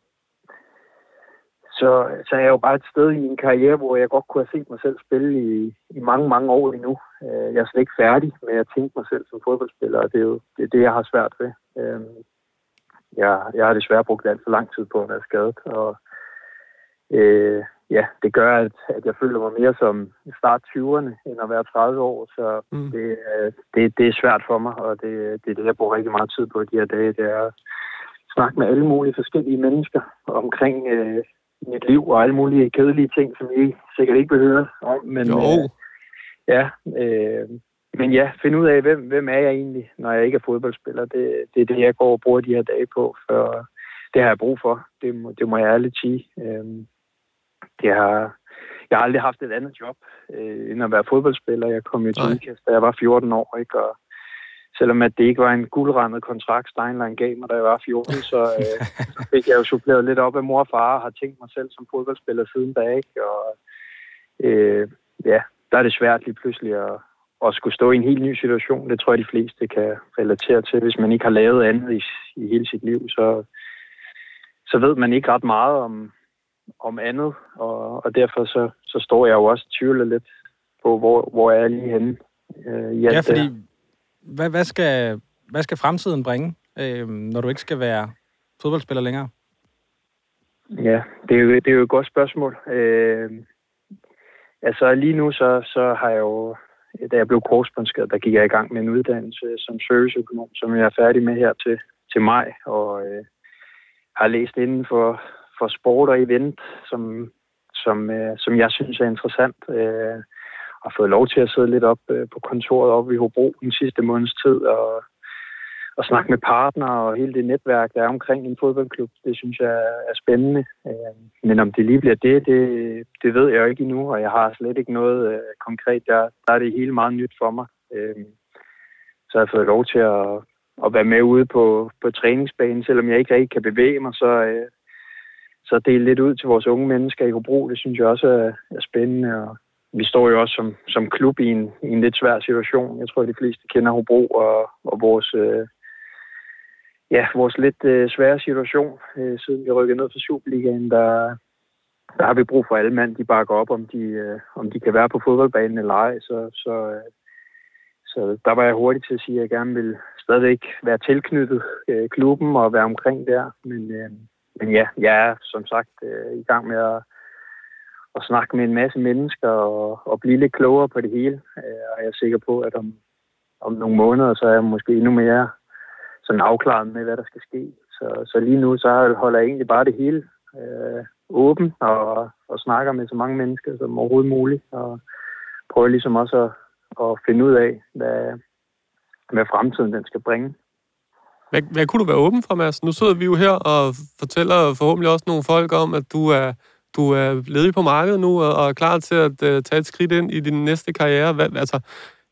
så, så er jeg jo bare et sted i min karriere, hvor jeg godt kunne have set mig selv spille i, i mange, mange år endnu. Øh, Jeg er slet ikke færdig med at tænke mig selv som fodboldspiller, og det er jo det, er det jeg har svært ved. Øh, Jeg, jeg har desværre brugt alt for lang tid på at være skadet, og øh, ja, det gør, at, at jeg føler mig mere som start 20'erne, end at være 30 år, så
Mm.
mm. det, er- det, det er svært for mig, og det, det er det, jeg bruger rigtig meget tid på de her dage, det er at snakke med alle mulige forskellige mennesker omkring... Øh, mit liv og alle mulige kedelige ting, som I sikkert ikke vil høre om. Men,
Jo.
Øh, ja, øh, men ja, finde ud af, hvem, hvem er jeg egentlig, når jeg ikke er fodboldspiller. Det, det er det, jeg går og bruger de her dage på, for det har jeg brug for. Det, må- det må jeg ærligt sige. Øh, det har, jeg har aldrig haft et andet job, øh, end at være fodboldspiller. Jeg kom jo til
Nej.
Ikast, da jeg var 14 år, ikke? og Selvom at det ikke var en guldrandet kontrakt, Steinlein gav mig, da jeg var 14, så, øh, så fik jeg jo suppleret lidt op af mor og far, og har tænkt mig selv som fodboldspiller siden da, ikke? Og øh, ja, der er det svært lige pludselig at, at skulle stå i en helt ny situation. Det tror jeg, de fleste kan relatere til. Hvis man ikke har lavet andet i, i hele sit liv, så, så ved man ikke ret meget om, om andet, og, og derfor så, så står jeg jo også og tvivler lidt på, hvor, hvor er jeg lige henne. Øh, i alt
Ja, fordi
det her.
hvad, hvad, skal, hvad skal fremtiden bringe, øh, når du ikke skal være fodboldspiller længere?
ja det, er jo, det er jo et godt spørgsmål. Øh, altså lige nu, så, så har jeg jo, da jeg blev korsbåndsskadet, der gik jeg i gang med en uddannelse som serviceøkonom, som jeg er færdig med her til, til maj, og øh, har læst inden for, for sport og event, som, som, øh, som jeg synes er interessant. Øh, og fået lov til at sidde lidt op øh, på kontoret oppe i Hobro den sidste måneds tid, og, og snakke med partnere og hele det netværk, der er omkring en fodboldklub. Det synes jeg er spændende. Øh, men om det lige bliver det, det, det ved jeg jo ikke endnu, og jeg har slet ikke noget øh, konkret. Der, der er det hele meget nyt for mig. Øh, så har jeg fået lov til at, at være med ude på, på træningsbanen, selvom jeg ikke rigtig kan bevæge mig, så, øh, så dele lidt ud til vores unge mennesker i Hobro. Det synes jeg også er, er spændende, og vi står jo også som, som klub i en, i en lidt svær situation. Jeg tror, de fleste kender Hobro og, og vores, øh, ja, vores lidt øh, svære situation, øh, siden vi rykkede ned fra Superligaen, der, der har vi brug for alle mand, de bakker op, om de, øh, om de kan være på fodboldbanen eller ej. Så, så, øh, så der var jeg hurtig til at sige, at jeg gerne ville stadigvæk være tilknyttet øh, klubben og være omkring der. Men, øh, men ja, jeg er som sagt øh, i gang med at at snakke med en masse mennesker og, og blive lidt klogere på det hele. Øh, og jeg er sikker på, at om, om nogle måneder, så er jeg måske endnu mere sådan afklaret med, hvad der skal ske. Så, så lige nu, så holder jeg egentlig bare det hele øh, åben og, og snakker med så mange mennesker som overhovedet muligt. Og prøver ligesom også at, at finde ud af, hvad, hvad fremtiden den skal bringe.
Hvad, hvad kunne du være åben for, Mads? Nu sidder vi jo her og fortæller forhåbentlig også nogle folk om, at du er, du er ledig på markedet nu og, og er klar til at uh, tage et skridt ind i din næste karriere. Hvad, altså,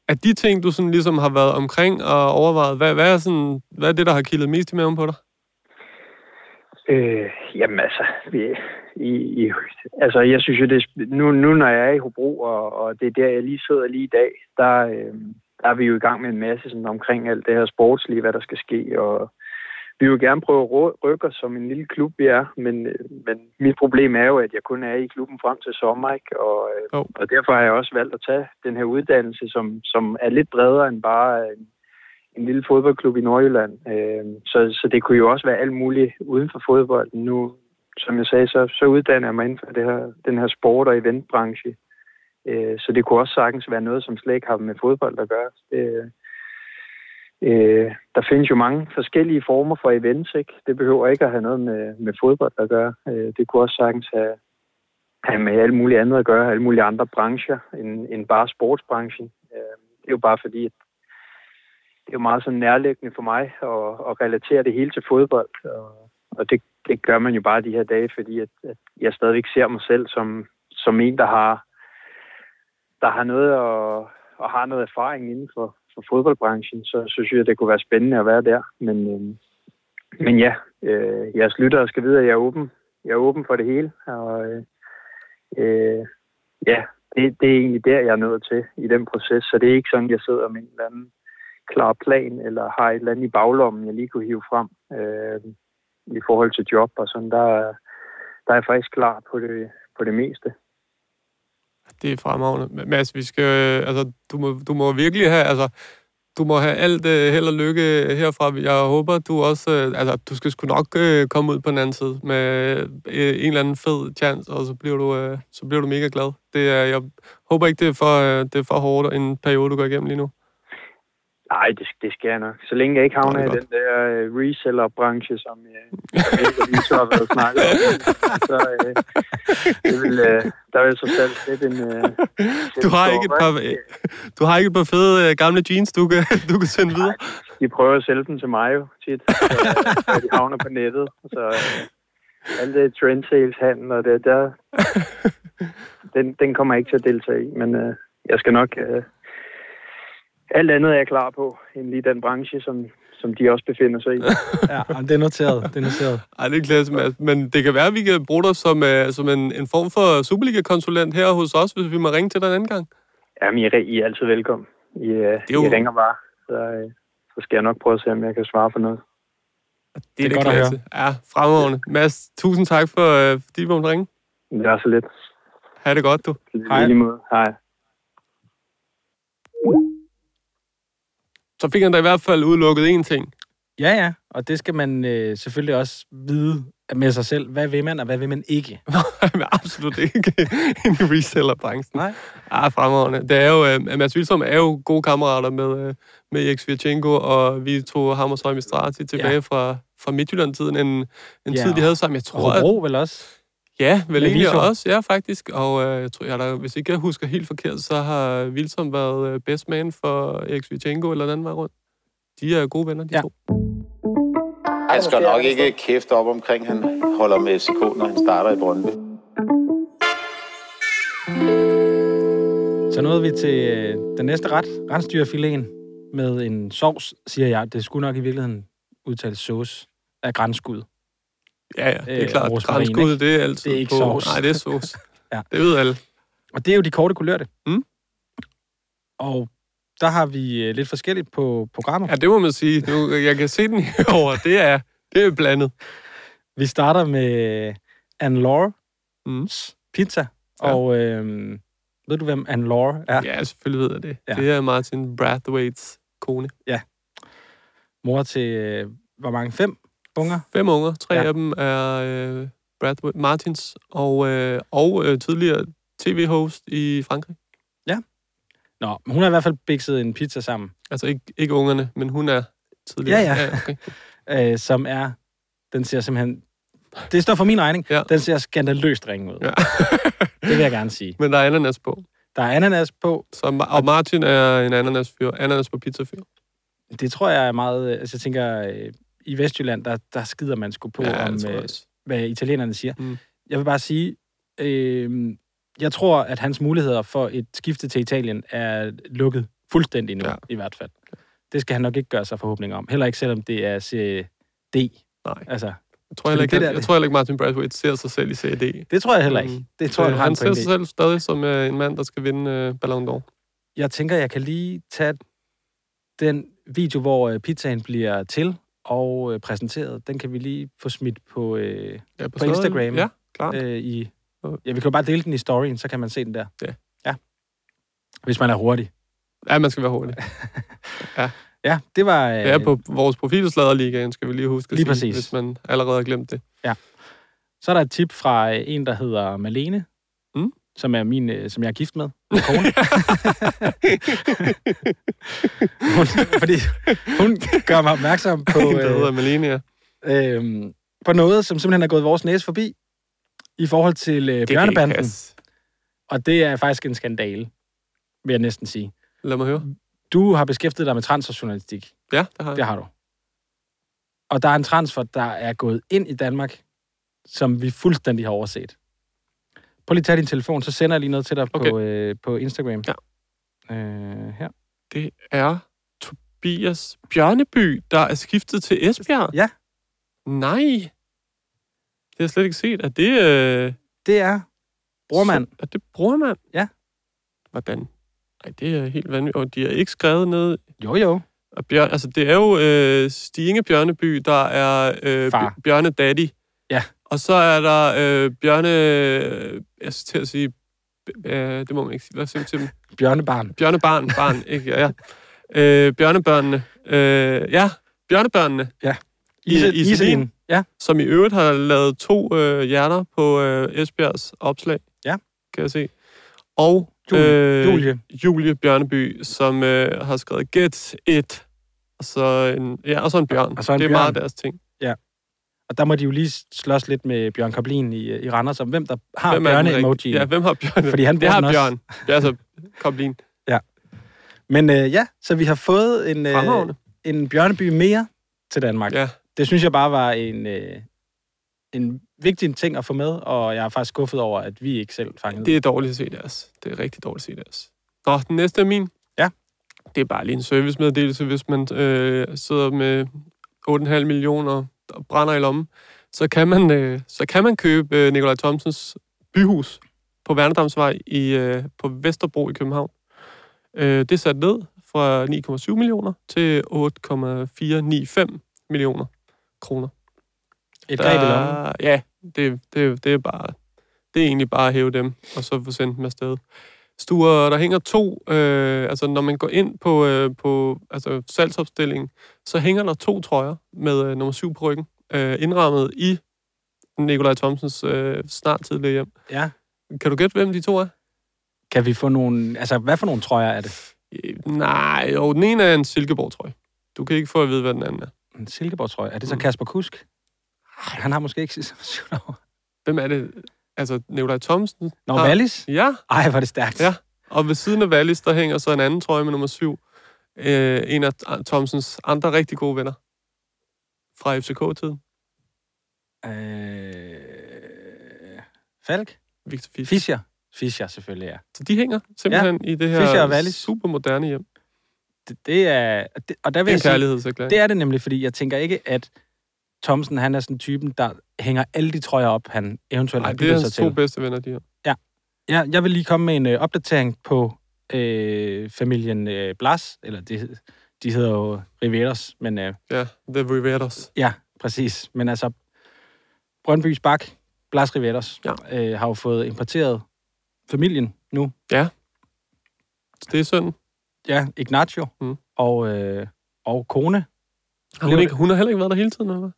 er de ting, du sådan ligesom har været omkring og overvejet, hvad, hvad, er, sådan, hvad er det, der har kildet mest i maven på dig?
Øh, jamen altså, vi, i, i, altså, jeg synes jo, det, er sp- nu, nu når jeg er i Hobro, og, og det er der, jeg lige sidder lige i dag, der, øh, der er vi jo i gang med en masse sådan, omkring alt det her sportslige, hvad der skal ske, og vi vil jo gerne prøve at rå- rykke os som en lille klub, vi er, men, øh, men mit problem er jo, at jeg kun er i klubben frem til sommer, ikke? Og, øh,
Jo.
og derfor har jeg også valgt at tage den her uddannelse, som, som er lidt bredere end bare øh, en lille fodboldklub i Nordjylland. Øh, så, så det kunne jo også være alt muligt uden for fodbolden. Nu, som jeg sagde, så, så uddanner jeg mig inden for det her, den her sport- og eventbranche. Øh, så det kunne også sagtens være noget, som slet ikke har med fodbold at gøre. Det, øh, der findes jo mange forskellige former for events. Ikke? Det behøver ikke at have noget med, med fodbold at gøre. Øh, det kunne også sagtens have, have med alt muligt andet at gøre, alle mulige andre brancher end, end bare sportsbranchen. Øh, det er jo bare fordi, at det er jo meget sådan nærliggende for mig at, at relatere det hele til fodbold. Og, og det, det gør man jo bare de her dage, fordi at, at jeg stadigvæk ser mig selv som, som en, der har, der har noget og, og har noget erfaring inden for, for fodboldbranchen. Så synes jeg, det kunne være spændende at være der. Men, øhm, men ja, øh, jeres lyttere skal vide, at jeg er åben. Jeg er åben for det hele. Og øh, øh, ja, det, det er egentlig der, jeg er nået til i den proces. Så det er ikke sådan, jeg sidder med en eller anden klar plan, eller har et eller andet i baglommen, jeg lige kunne hive frem øh, i forhold til job og sådan, der, er- der er jeg faktisk klar på det, på det meste.
Det er fremragende. Mads, vi skal, øh, altså, du, må, du må virkelig have, altså, du må have alt øh, held og lykke herfra. Jeg håber, du også, øh, altså, du skal sgu nok øh, komme ud på den anden side med øh, en eller anden fed chance, og så bliver du, øh, så bliver du mega glad. Det er, jeg håber ikke, det er for, øh, det er for hårdt en periode, du går igennem lige nu.
Nej, det, det skal jeg nok. Så længe jeg ikke havner
Nå, det er
i den der øh, reseller-branche, som øh, som jeg lige så har været snakket om, så øh, det vil, øh, der vil så selv lidt en... Øh,
Du har ikke et par, øh, (laughs) du har ikke et par fede øh, gamle jeans, du kan, (laughs) du kan sende videre.
De prøver at sælge dem til mig jo tit, så, så de havner på nettet. Så øh, alt det trend sales handel og det der, den, den kommer jeg ikke til at deltage i, men øh, jeg skal nok øh, alt andet er jeg klar på, end lige den branche, som, som de også befinder sig i.
(laughs) Ja, jamen, det er noteret. Det er noteret.
Ej, det er klasse, Mads. Men det kan være, at vi kan bruge dig som, uh, som en, en form for Superliga-konsulent her hos os, hvis vi må ringe til dig en anden gang.
Jamen, I er, I er altid velkommen. I, øh,
er jo-
I ringer bare, så, øh, så skal jeg nok prøve at se, om jeg kan svare på noget.
Det
er godt at
Ja, fremragende. Mads, tusind tak for, uh, fordi vi måtte ringe.
Men Det er så lidt.
Ha' det godt, du.
Hej.
I lige måde. Hej.
Så fik han da i hvert fald udelukket én ting. (laughs)
Ja, ja. Og det skal man øh, selvfølgelig også vide med sig selv. Hvad vil man, og hvad vil man ikke?
Men absolut ikke (laughs) ind i resellerbranchen.
Nej.
Ah, fremragende. Det er jo, uh, Mads Vilsom er jo gode kammerater med, uh, med Erik Svirchenko, og vi tog ham og Søj Mistrati tilbage ja. fra, fra Midtjylland-tiden, en, en
Ja,
ja. tid, de havde sammen. Jeg
Og
tror, at
Hobro vel også?
Ja, vel
Med
egentlig
Vilsom.
også, ja faktisk. Og øh, jeg tror, jeg der, hvis ikke jeg husker helt forkert, så har Vilsom været øh, best man for Erik Svitjenko eller den anden vej rundt. De er gode venner, de
Ja.
ja. to.
Han skal nok ikke kæfte op omkring, han holder med FCK, når han starter i Brøndby.
Så nåede vi til øh, den næste ret, rensdyrfiléen med en sovs, siger jeg. Det skulle nok i virkeligheden udtales sauce af grænskud.
Ja, ja, det er
Øh,
klart.
rosmarin, ikke?
Grænskuddet, det er altid
Det er ikke
på.
sovs.
Nej, det er sovs.
(laughs) Ja.
ja. Det ved alle.
Og det er jo de korte kulørte.
Mm.
Og der har vi øh, lidt forskelligt på programmet.
Ja, det må man sige. Nu, jeg kan se den (laughs) herovre. Det er, det er blandet.
Vi starter med øh, Anne Laure
Mm.
Pizza.
Ja.
Og øh, ved du, hvem Anne Laure er?
Ja, selvfølgelig ved jeg det.
Ja.
Ja. Det er Martin Brathwaite's kone.
Mor til, øh, hvor mange? Fem unger?
Fem unger. Tre
Ja.
ja. af dem er øh, Brathwaite Martins og, øh, og øh, tidligere tv-host i Frankrig.
Nå, men hun har i hvert fald bikset en pizza sammen,
Altså ikke, ikke ungerne, men hun er tidligere.
Ja, ja.
okay.
øh, som er... Den ser simpelthen... Det står for min regning.
Ja.
Den ser skandaløst ringe ud.
Ja.
(laughs) Det vil jeg gerne sige.
Men der er ananas på.
Der er ananas på.
Så, Ma- og Martin er en ananasfyr. Ananas på pizzafyr.
Det tror jeg er meget... øh, Altså, jeg tænker, øh, i Vestjylland, der, der skider man sgu på,
Ja,
om,
det tror jeg
øh,
også.
hvad italienerne siger. Mm.
Mm.
Jeg vil bare sige, øh, jeg tror, at hans muligheder for et skifte til Italien er lukket fuldstændig nu, ja.
Ja.
i hvert fald. Det skal han nok ikke gøre sig forhåbninger om. Heller ikke, selvom det er Serie D.
Nej.
Altså,
Jeg tror heller ikke,
det
det
der-
jeg tror heller ikke Martin Brathwaite ser sig selv i CD.
det tror jeg heller ikke.
Mm.
Det tror jeg, han har en
han ser sig
pointe i.
selv stadig som øh, en mand, der skal vinde øh, Ballon d'Or.
Jeg tænker, jeg kan lige tage den video, hvor øh, pizzaen bliver til og øh, præsenteret. Den kan vi lige få smidt på, øh,
Ja,
På
stadig.
Instagram.
Ja, klart.
øh, i...
Okay.
Ja, vi kan jo bare dele den i storyen, så kan man se den der.
Ja.
ja. Hvis man er hurtig.
Ja, man skal være hurtig.
Ja, det var... Øh,
Det er på vores profilsladerligaen, skal vi lige huske at
Lige
sige,
præcis.
hvis man allerede har glemt det.
Så er der et tip fra øh, en, der hedder Malene, mm.
Mm.
som, er min, øh, som jeg er gift med. Min
(laughs)
kone. (laughs) hun, fordi hun gør mig opmærksom på,
Hende, der hedder
øh,
Malenia.
øh, på noget, som simpelthen er gået vores næse forbi i forhold til øh, bjørnebanden. Og det er faktisk en skandale, vil jeg næsten sige.
Lad mig høre.
Du har beskæftiget dig med transferjournalistik.
Ja, det har jeg.
Det har du. Og der er en transfer, der er gået ind i Danmark, som vi fuldstændig har overset. Prøv lige at tage din telefon, så sender jeg lige noget til dig okay. på,
Okay.
øh, på Instagram.
Ja.
Øh, her.
Det er Tobias Bjørneby, der er skiftet til Esbjerg.
Ja.
Nej. Det har jeg slet ikke set. Er det... Øh,
Det er brormand.
så- Er det brormand?
Ja.
Hvordan? Nej, det er helt vanvittigt. Og de er ikke skrevet ned.
Jo, jo.
Og Bjørn, altså, det er jo øh, Stine Bjørneby, der er øh,
Far.
Bj- Bjørne Daddy.
Ja.
Og så er der øh, Bjørne... Øh, jeg skal til at sige... Øh, det må man ikke sige. Hvad siger man til dem?
Bjørnebarn.
Bjørnebarn,
(laughs)
barn, ikke? Ja. Øh, bjørnebørnene. Øh, ja, bjørnebørnene, I- Iselin.
Ja.
som i øvrigt har lavet to øh, hjerter på øh, Esbjergs opslag.
Ja.
Kan jeg se. Og øh,
Julie. Julie.
Julie Bjørneby, som øh, har skrevet Get It. Og så en, ja, og så en bjørn.
Og så en
det er
bjørn.
meget deres ting.
Og der må de jo lige slås lidt med Bjørn Koblin i, øh, i Randers, om hvem der har
er den
bjørne-emoji.
rigtige? Ja, hvem har bjørne?
Fordi han
det
bruger
har
den også.
bjørn. Det er altså koblin.
Men øh, ja, så vi har fået en, øh,
Fremragende.
en bjørneby mere til Danmark.
Ja.
det synes jeg bare var en, øh, en vigtig ting at få med, og jeg er faktisk skuffet over, at vi ikke selv fangede det.
Det er dårligt set, altså. Det er rigtig dårligt set, altså. Nå, den næste er min.
Ja.
det er bare lige en servicemeddelelse, hvis man øh, sidder med 8,5 millioner og brænder i lommen. Så kan man, øh, så kan man købe øh, Nikolaj Thomsens byhus på Værnedamsvej i, øh, på Vesterbro i København. Øh, det er sat ned fra 9,7 millioner til 8,495 millioner kroner.
Et greb i lommen.
Der- Ja, det, det, det er bare... Det er egentlig bare at hæve dem, og så få sendt dem afsted. Stuer, der hænger to... Øh, altså, når man går ind på, øh, på altså, salgsopstillingen, så hænger der to trøjer med øh, nummer syv på ryggen, øh, indrammet i Nikolaj Thomsens øh, snart tidligere hjem.
Ja.
Kan du gætte, hvem de to er?
Kan vi få nogle... Altså, hvad for nogle trøjer er det?
Øh, nej, jo, den ene er en Silkeborg-trøje. Du kan ikke få at vide, hvad den anden er.
En Silkeborg-trøje. Er det så
Mm.
Kasper Kusk? Han har måske ikke sidst syv år.
Hvem er det? Altså, Nikolaj Thomsen?
Nå,
har-
Wallis?
Ja.
Ej, hvor er det stærkt.
Ja. Og ved siden af Wallis, der hænger så en anden trøje med nummer 7. Øh, en af Thomsens andre rigtig gode venner fra FCK-tiden.
Øh... Falk?
Victor Fischer.
Fischer? Fischer, selvfølgelig, ja.
Så de hænger simpelthen ja. i det
Fischer og
her
Wallis.
super moderne hjem.
Det, det er... Det, og der
Det
vil
er en
jeg sige,
kærlighedserklæring.
det er det nemlig, fordi jeg tænker ikke, at Thomsen, han er sådan typen, der hænger alle de trøjer op, han eventuelt
Nej,
har
det er
bygget sig
hans to
til.
bedste venner, de her.
Ja, jeg vil lige komme med en øh, opdatering på øh, familien øh, Blas, eller det, de hedder jo Riveros, men øh,
Ja, The Riveros.
ja, præcis. Men altså, Brøndbys Bak, Blas Riveros,
Ja.
øh, har jo fået importeret familien nu.
Det er sådan.
Ja, Ignacio
Mm.
og, øh, og kone.
Har hun,
Lever-
ikke, hun har heller ikke været der hele tiden, eller hvad?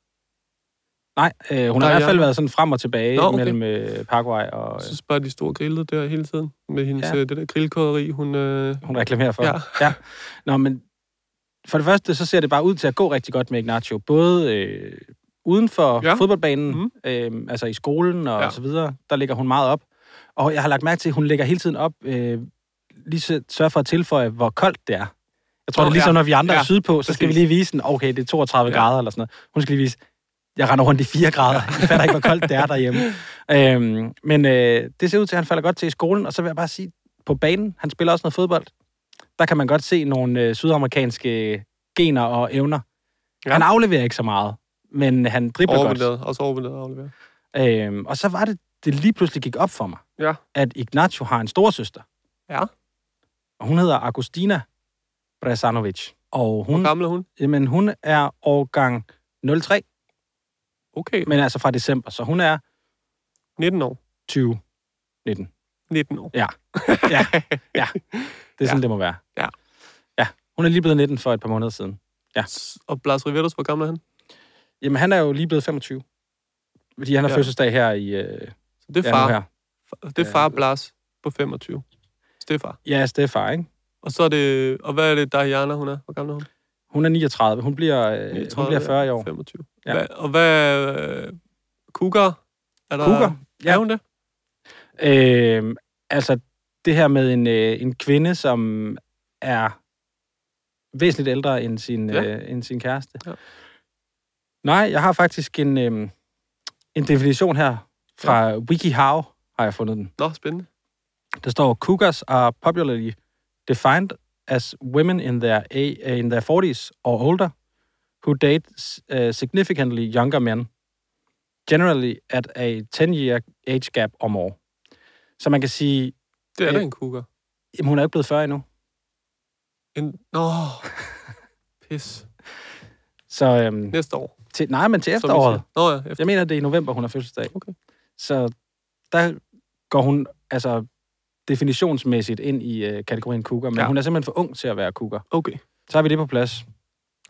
Nej, øh, hun
Nej,
har i hvert
ja.
fald været sådan frem og tilbage
Nå,
Nå,
okay.
okay. mellem øh, Paraguay og...
Jeg
Øh,
synes bare, de store grillede der hele tiden. Med hendes,
Ja.
ja. det der grillkåderi, hun... Øh,
hun reklamerer for.
Ja.
ja. Nå, men for det første, så ser det bare ud til at gå rigtig godt med Ignacio. Både øh, uden for ja.
Ja.
fodboldbanen, mm.
Mm.
øh, altså i skolen og,
Ja.
ja. og så videre, der ligger hun meget op. Og jeg har lagt mærke til, at hun lægger hele tiden op, øh, lige så, sørger for at tilføje, hvor koldt det er. Jeg tror,
Nå,
det er ligesom,
ja.
når vi andre ja. er
Ja,
sydpå, så skal vi
præcis.
lige vise den, okay, det er 32 ja.
Ja.
grader eller sådan noget. Hun skal lige vise, jeg render rundt i 4 grader. Jeg fatter ikke, hvor koldt det er
(laughs)
derhjemme. Øhm, men øh, det ser ud til, at han falder godt til i skolen, og så vil jeg bare sige, på banen, han spiller også noget fodbold, der kan man godt se nogle øh, sydamerikanske gener og evner. Ja.
Ja.
Han afleverer ikke så meget, men han dribler godt.
overvurderet, også overvurderet afleveret.
Øhm, og så var det, det lige pludselig gik op for mig,
Ja.
at Ignacio har en storesøster.
Ja.
Og hun hedder Agustina Brazanovic. Og
Hvor
hun,
gammel er hun?
jamen, hun er årgang 03,
Okay,
men altså fra december, så hun er
19 år.
20. 19.
19 år.
Ja, ja. det er sådan, ja. det må være.
Ja.
ja. Hun er lige blevet 19 for et par måneder siden.
Og Blas Riveros, hvor gammel er han?
Jamen, han er jo lige blevet 25. Fordi han har ja.
Ja.
fødselsdag her i øh,
Så det er
ja,
far.
nu her.
Det er far Blas på 25. Stefar.
Ja, yes, det er far, ikke?
Og så er det... Og hvad er det, Diana, hun er? Hvor gammel er hun?
Hun er 39. Hun bliver, øh, 39, hun bliver 40 i år.
25.
Ja.
Ja. Hvad, og hvad er... Cougar? Er der,
Cougar?
Ja.
Ja.
Er hun det?
Øh, altså, det her med en, øh, en kvinde, som er væsentligt ældre end sin,
Ja.
ja. øh, end sin kæreste. Ja.
Ja.
Nej, jeg har faktisk en, øh, en definition her fra ja. WikiHow, har jeg fundet den.
Nå, spændende.
Der står, cougars are popularly defined as women in their, a- eh, in their 40s or older who date uh, significantly younger men, generally at a 10-year age gap or more. Så man kan sige,
Det er
Øh.
da en cougar.
jamen, hun er jo ikke blevet 40 endnu.
En... Nå... Pis.
Så øhm,
Næste år. som
til, nej, men til
vi
efteråret.
siger. Nå ja, efter.
Jeg mener, det er i november, hun har fødselsdag.
Okay.
Så der går hun altså definitionsmæssigt ind i øh, kategorien cougar, men ja.
Ja.
hun er simpelthen for ung til at være cougar.
Okay.
Så har vi det på plads.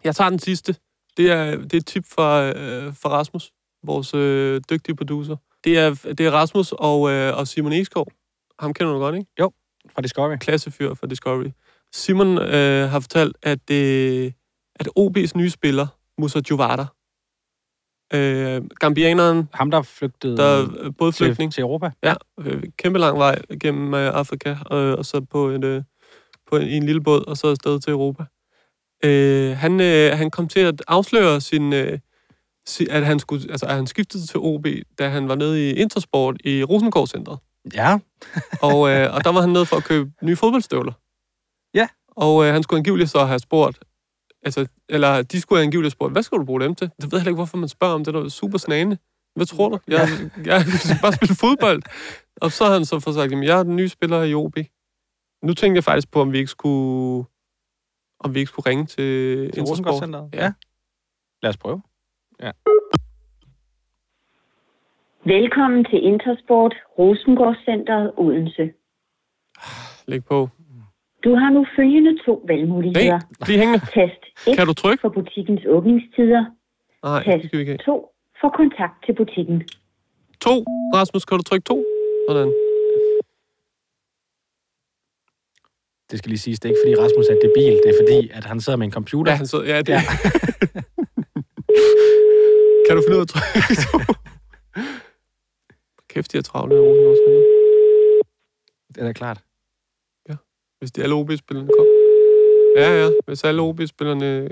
Jeg tager den sidste. Det er, det er et tip fra, øh, fra Rasmus, vores øh, dygtige producer. Det er, det er Rasmus og, øh, og Simon Eskov. Ham kender du godt, ikke?
Fra Discovery.
klassefyr for Discovery. Simon øh, har fortalt, at, øh, at OB's nye spiller, Musa Jovata, øh, gambianeren,
Ham, der flygtede
der øh, både
til,
flygtning,
til Europa.
ja, øh, kæmpe lang vej gennem øh, Afrika, øh, og så på en, øh, på en, i en lille båd, og så afsted til Europa. Øh, han, øh, han kom til at afsløre sin, øh, si, at, han skulle, altså, at han skiftede til OB, da han var nede i Intersport i Rosengård Center.
Ja.
Og, øh, og der var han nede for at købe nye fodboldstøvler.
Ja.
Og øh, han skulle angiveligt så have spurgt, altså, eller de skulle angiveligt have spurgt, hvad skal du bruge dem til? Det ved jeg heller ikke, hvorfor man spørger om det, der er super snagende. Hvad tror du? Jeg, jeg, jeg skal bare spille fodbold. Og så har han så fået sagt, at jeg er den nye spiller i OB. Nu tænkte jeg faktisk på, om vi ikke skulle, om vi ikke skulle ringe til,
Til Rosengårdscenteret?
Ja.
Lad os prøve.
Velkommen til Intersport Rosengårdscenteret Odense.
Læg på.
Du har nu følgende to valgmuligheder.
Nej, bliv hængende.
Tast 1
Kan du trykke?
for butikkens åbningstider.
Nej, det
Tast
skal vi ikke have.
2 for kontakt til butikken.
To. Rasmus, kan du trykke to? Sådan.
Det skal lige siges, det er ikke fordi Rasmus er debil, det er fordi, at han sidder med en computer.
Ja, han sidder. Ja, det.
Ja.
Ja. (laughs) kan du finde ud af at trykke (laughs) to? Kæft, de er travle i Rosengård Center.
Det er da klart.
Hvis de alle OB-spillerne kom. Ja, ja. Hvis alle OB-spillerne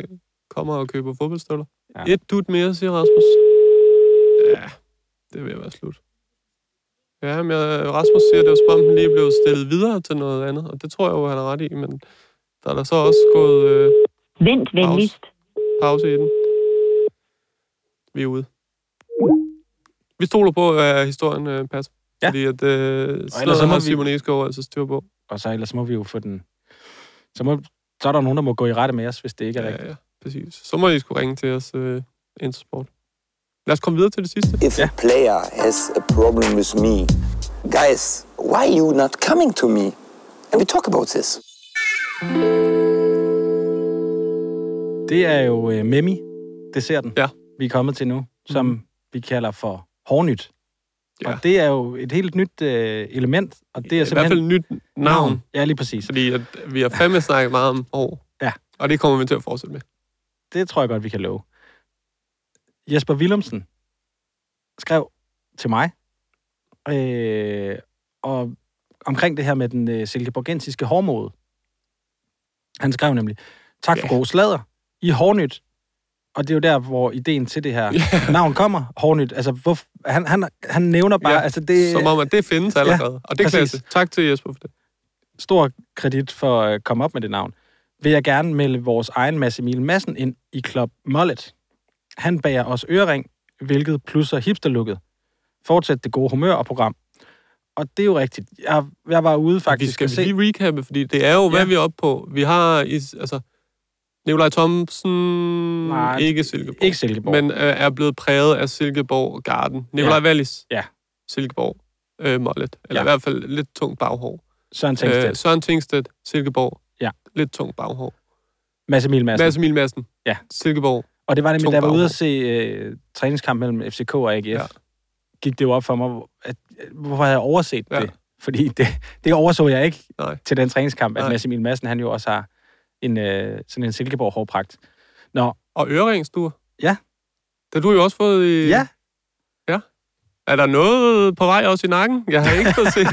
kommer og køber fodboldstøvler.
Ja.
Ja. Et dut mere, siger Rasmus. Ja, det vil være slut. Ja, men jeg, Rasmus siger, at det var som om, han lige blev stillet videre til noget andet, og det tror jeg jo, han har ret i, men der er der så også gået øh,
Vent venligst.
pause i den. Vi er ude. Vi stoler på, at historien øh, passer.
Ja.
Ja. Fordi at øh,
så
så
må
har
vi-
Simon Eskiov altså styr på.
Og så ellers må vi jo få den... Så, må, så er der nogen, der må gå i rette med os, hvis det ikke er rigtigt.
Ja, ja, præcis. Så må I skulle ringe til os, øh, Intersport. Lad os komme videre til det sidste.
If a player has a problem with me, guys, why are you not coming to me? And we talk about this.
Det er jo øh, Memi, desserten,
Ja.
vi er kommet til nu, som mm. vi kalder for hårnyt. Ja.
Ja.
Og det er jo et helt nyt øh, element, og det er
I hvert fald
simpelthen...
et nyt navn, navn.
Ja, lige præcis.
fordi at vi har fandme snakket meget om hår.
Ja.
Og det kommer vi til at fortsætte med.
Det tror jeg godt, vi kan love. Jesper Willumsen skrev til mig øh, og omkring det her med den øh, silkeborgensiske hårmode. Han skrev nemlig, tak for
Ja.
gode slader i hårnyt. Og det er jo der, hvor ideen til det
(laughs)
her navn kommer, hårnyt. Altså, hvor, han, han, han nævner bare, ja.
Ja,
altså det
Som om, at det findes allerede. Ja, og det er
præcis.
klasse. Tak til Jesper for det.
stor kredit for at komme op med det navn, vil jeg gerne melde vores egen Mads Emil Madsen ind i Club Mullet. Han bager os ørering, hvilket plusser hipsterlukket. Fortsæt det gode humør og program. Og det er jo rigtigt. Jeg, jeg var ude
Faktisk,
faktisk
vi skal
og se...
lige recappe, fordi det er jo, hvad
Ja.
ja. vi er oppe på. Vi har is, altså, Nikolaj Thomsen,
Nej,
Nej, ikke Silkeborg,
Ikke Silkeborg. Men...
men øh, er blevet præget af Silkeborg Garden. Nikolaj
Ja.
ja. Wallis,
Ja.
Silkeborg øh, Mollet,
Ja.
eller ja. i hvert fald lidt tungt baghår.
Søren
Øh,
Tingstedt.
Søren Tingstedt, Silkeborg.
Ja.
Lidt tung baghår.
Mads Emil Madsen.
Mads Emil Madsen.
Ja.
Silkeborg.
Og det var nemlig,
Tung
da jeg var ude
baghånd.
at se øh, træningskamp mellem FCK og AGF, ja.
Ja.
gik det jo op for mig, at, at hvorfor havde jeg overset ja.
Ja.
det? Fordi det, det overså jeg ikke
Nej.
til den træningskamp, at
Nej.
Mads Emil Madsen, han jo også har en, øh, sådan en Silkeborg hårpragt. Nå,
Og øreringsduer.
Ja.
Det har du jo også fået i...
ja,
Er der noget på vej også i nakken? Jeg har ikke fået set,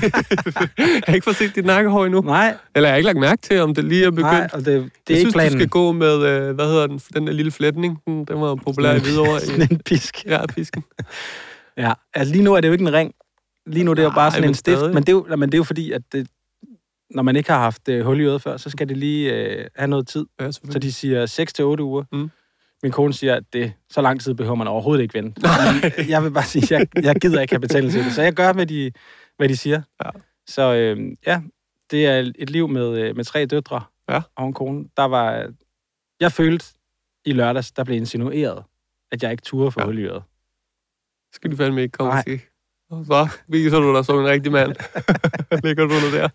(laughs) jeg har ikke fået set dit nakkehår endnu.
nej,
Eller jeg har ikke lagt mærke til, om det lige er begyndt.
nej, og det, det er
jeg
ikke
synes,
planen.
du skal gå med, øh, hvad hedder den, den der lille flætning. Den, den var populær i Hvidovre. i-
sådan en pisk.
Ja, pisken.
Ja, altså lige nu er det jo ikke en ring. Lige nu er det jo
Nej,
bare sådan
men
en stift,
stadig.
men det, er jo, men det er jo fordi, at det, når man ikke har haft øh, hul i øret før, så skal det lige øh, have noget tid.
Ja,
Så de siger 6 til 8 uger. Mm.
Mm.
Min kone siger, at det, så lang tid behøver man overhovedet ikke vente. Men (laughs) jeg vil bare sige, at jeg, jeg gider ikke have betalt til det. Så jeg gør, hvad de, hvad de siger.
Ja.
Så øh, ja, det er et liv med, øh, med tre døtre
Ja.
og en kone. Der var, jeg følte i lørdags, der blev insinueret, at jeg ikke turde for ja.
Ja.
hul i øret.
(laughs) skal du fandme ikke komme
Nej.
og sige. Og Så viser du dig som en rigtig
(laughs)
mand. Ligger du der.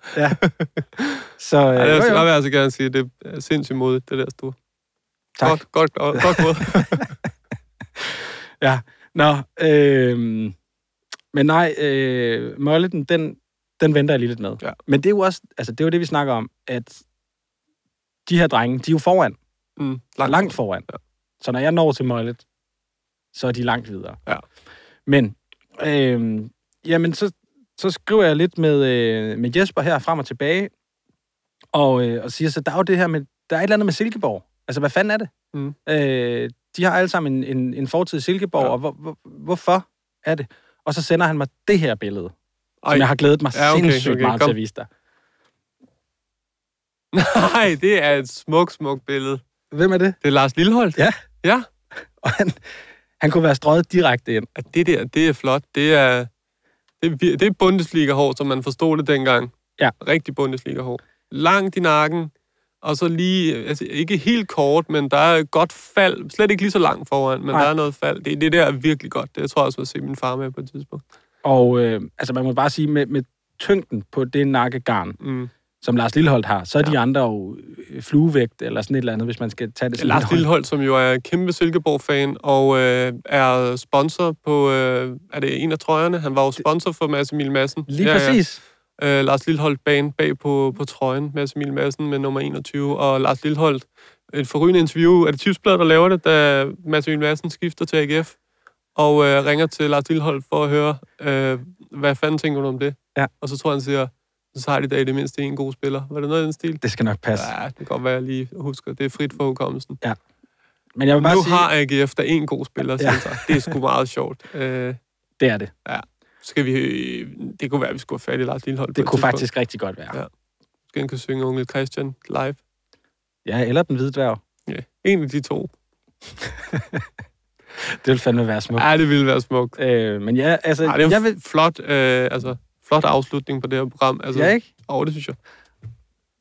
Så øh,
Ja,
jo,
det skal
jo,
jeg vil altså gerne sige. Det er sindssygt modigt, det der store.
tak.
Godt, godt, godt, godt
(laughs)
måde.
Nå, øh, men nej, øh, Molleten, den, den venter jeg lige lidt med.
Ja.
Men det er jo også, altså det er jo det, vi snakker om, at de her drenge, de er jo foran,
Mm,
langt, langt foran. Ja. Så når jeg når til Mollet, så er de langt videre.
Ja.
Men, øh, jamen så, så skriver jeg lidt med, øh, med Jesper her frem og tilbage, og, øh, og siger så, der er jo det her med, der er et eller andet med Silkeborg. Altså, hvad fanden er det?
Mm.
Øh, de har alle sammen en, en, en fortid i Silkeborg, ja.
Ja.
og hvor, hvor, hvorfor er det? Og så sender han mig det her billede, Ej.
Ej.
som jeg har glædet mig ja, okay, sindssygt okay, meget
kom.
til at vise dig.
Nej, det er et smukt, smukt billede.
Hvem er det?
Det er Lars Lilleholdt.
Ja.
Ja.
Og han, han kunne være strøget direkte ind.
At det der, det er flot. Det er, det er, vir- det er Bundesliga-hår, som man forstod det dengang.
Ja.
Rigtig Bundesliga-hår. Langt i nakken, og så lige, altså ikke helt kort, men der er et godt fald. Slet ikke lige så langt foran, men
Nej.
Nej. der er noget fald. Det, det der er virkelig godt. Det tror jeg også, jeg se min far med på et tidspunkt.
Og øh, altså, man må bare sige, med, med tyngden på det nakkegarn,
Mm.
som Lars Lilleholdt har, så er ja. de andre jo øh, fluevægt eller sådan et eller andet, hvis man skal tage det sådan.
Lars Lillehold, som jo er kæmpe Silkeborg-fan, og øh, er sponsor på, øh, er det en af trøjerne? Han var jo sponsor for Mads Emil Madsen.
Lige ja, præcis.
øh, Lars Lilleholdt bane bag på, på trøjen, Mads Emil Madsen med nummer 21, og Lars Lilleholdt, et forrygende interview, er det Tipsbladet, der laver det, da Mads Emil Madsen skifter til AGF, og øh, ringer til Lars Lilleholdt for at høre, øh, hvad fanden tænker du om det?
Ja.
Og så tror jeg, han siger, så har de da i det mindste en god spiller. Var det noget i den stil?
Det skal nok passe.
Ja, det kan godt være, jeg lige husker. Det er frit for hukommelsen.
Men jeg vil bare
Nu
sige,
har AGF der en god spiller,
Ja.
ja. Det er sgu meget sjovt. Øh,
det er det.
skal vi, det kunne være, at vi skulle have fat i Lars Lilleholdt. på
Det
et
kunne
tidspunkt.
faktisk rigtig godt være. Ja,
Ja. Måske han kan synge Onkel Christian live.
ja eller den hvide dværg.
Ja, en af de to.
Det ville fandme være smukt.
Ja, det ville være smukt.
Øh, men ja, altså,
Ej, det er en
jeg vil...
flot, øh, altså, flot afslutning på det her program. Altså,
Ja, ikke?
Åh, det synes jeg.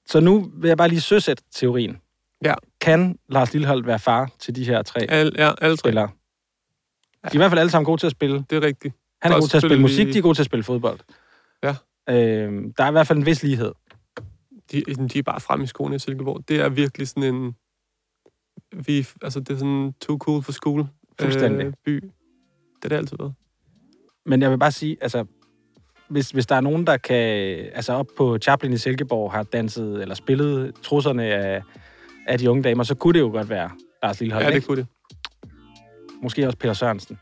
Så nu vil jeg bare lige søsætte teorien.
Ja.
Kan Lars Lilleholdt være far til de her tre
Al, ja, alle tre.
spillere? De er i hvert fald alle sammen gode til at spille.
Det er rigtigt.
Han er
Og
god til at spille
selvfølgelig-
musik, de er gode til at spille fodbold.
Ja.
Øh, der er i hvert fald en vis lighed.
De, de er bare fremme i skoene i Silkeborg. Det er virkelig sådan en... Vi, altså, det er sådan too cool for skole.
Fuldstændig.
by. Det er det altid været.
Men jeg vil bare sige, altså, hvis, hvis der er nogen, der kan... Altså, op på Chaplin i Silkeborg har danset eller spillet trusserne af, af de unge damer, så kunne det jo godt være Lars Lillehold,
Ja,
ja,
det kunne det.
Måske også Peter Sørensen.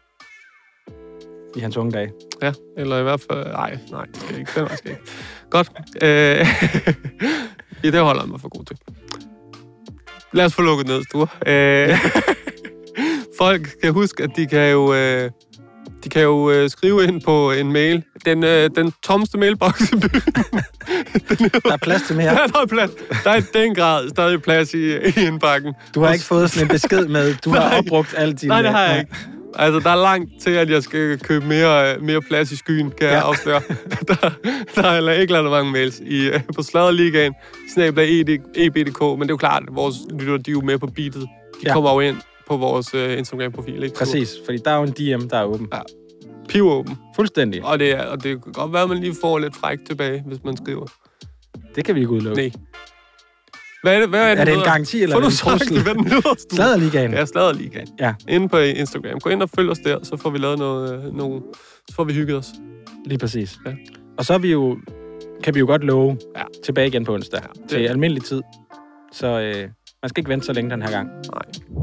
I hans unge dage.
Ja, eller i hvert fald... Nej, nej, det skal jeg ikke. Den vej skal jeg ikke. Godt. Øh, (laughs) ja, det holder jeg mig for god til. Lad os få lukket ned, Sture. Øh, (laughs) folk skal huske, at de kan jo... Øh, de kan jo øh, skrive ind på en mail. Den, øh, den tommeste mailbox i byen. (laughs)
Der er plads til mere.
Ja. (laughs) der er plads. Der er i den grad stadig plads i, i indbakken.
Du har ikke fået sådan en besked med, du har
Nej.
opbrugt alle dine...
Nej, det har jeg ikke. Altså, der er langt til, at jeg skal købe mere, øh, mere plads i skyen, kan ja. jeg
Ja.
afsløre. (laughs) Der, der er heller ikke lavet mange mails i, øh, på Sladerligaen, snabla E EBDK, men det er jo klart, at vores lytter, de er jo med på beatet. De
Ja.
ja. kommer jo ind på vores øh, Instagram-profil, ikke?
Præcis, fordi der er jo en DM, der er åben.
Pivåben.
Fuldstændig.
Og det, er, og det kan godt være, at man lige får lidt fræk tilbage, hvis man skriver.
Det kan vi ikke udelukke.
Nej. Hvad er det, hvad er det,
er det
den
en
hedder?
garanti, eller
Få
er det
nu
en
sagt,
trussel?
hvad den hedder. Stue.
Sladderligaen.
Ja, Sladerligaen.
Ja.
Inde på Instagram. Gå ind og følg os der, så får vi lavet noget, øh, nogle... Så får vi hygget os.
Lige præcis. Ja.
Ja.
Og så er vi jo, kan vi jo godt love ja.
Ja.
tilbage igen på onsdag ja,
det-
til almindelig tid. Så øh, man skal ikke vente så længe den her gang.
Nej.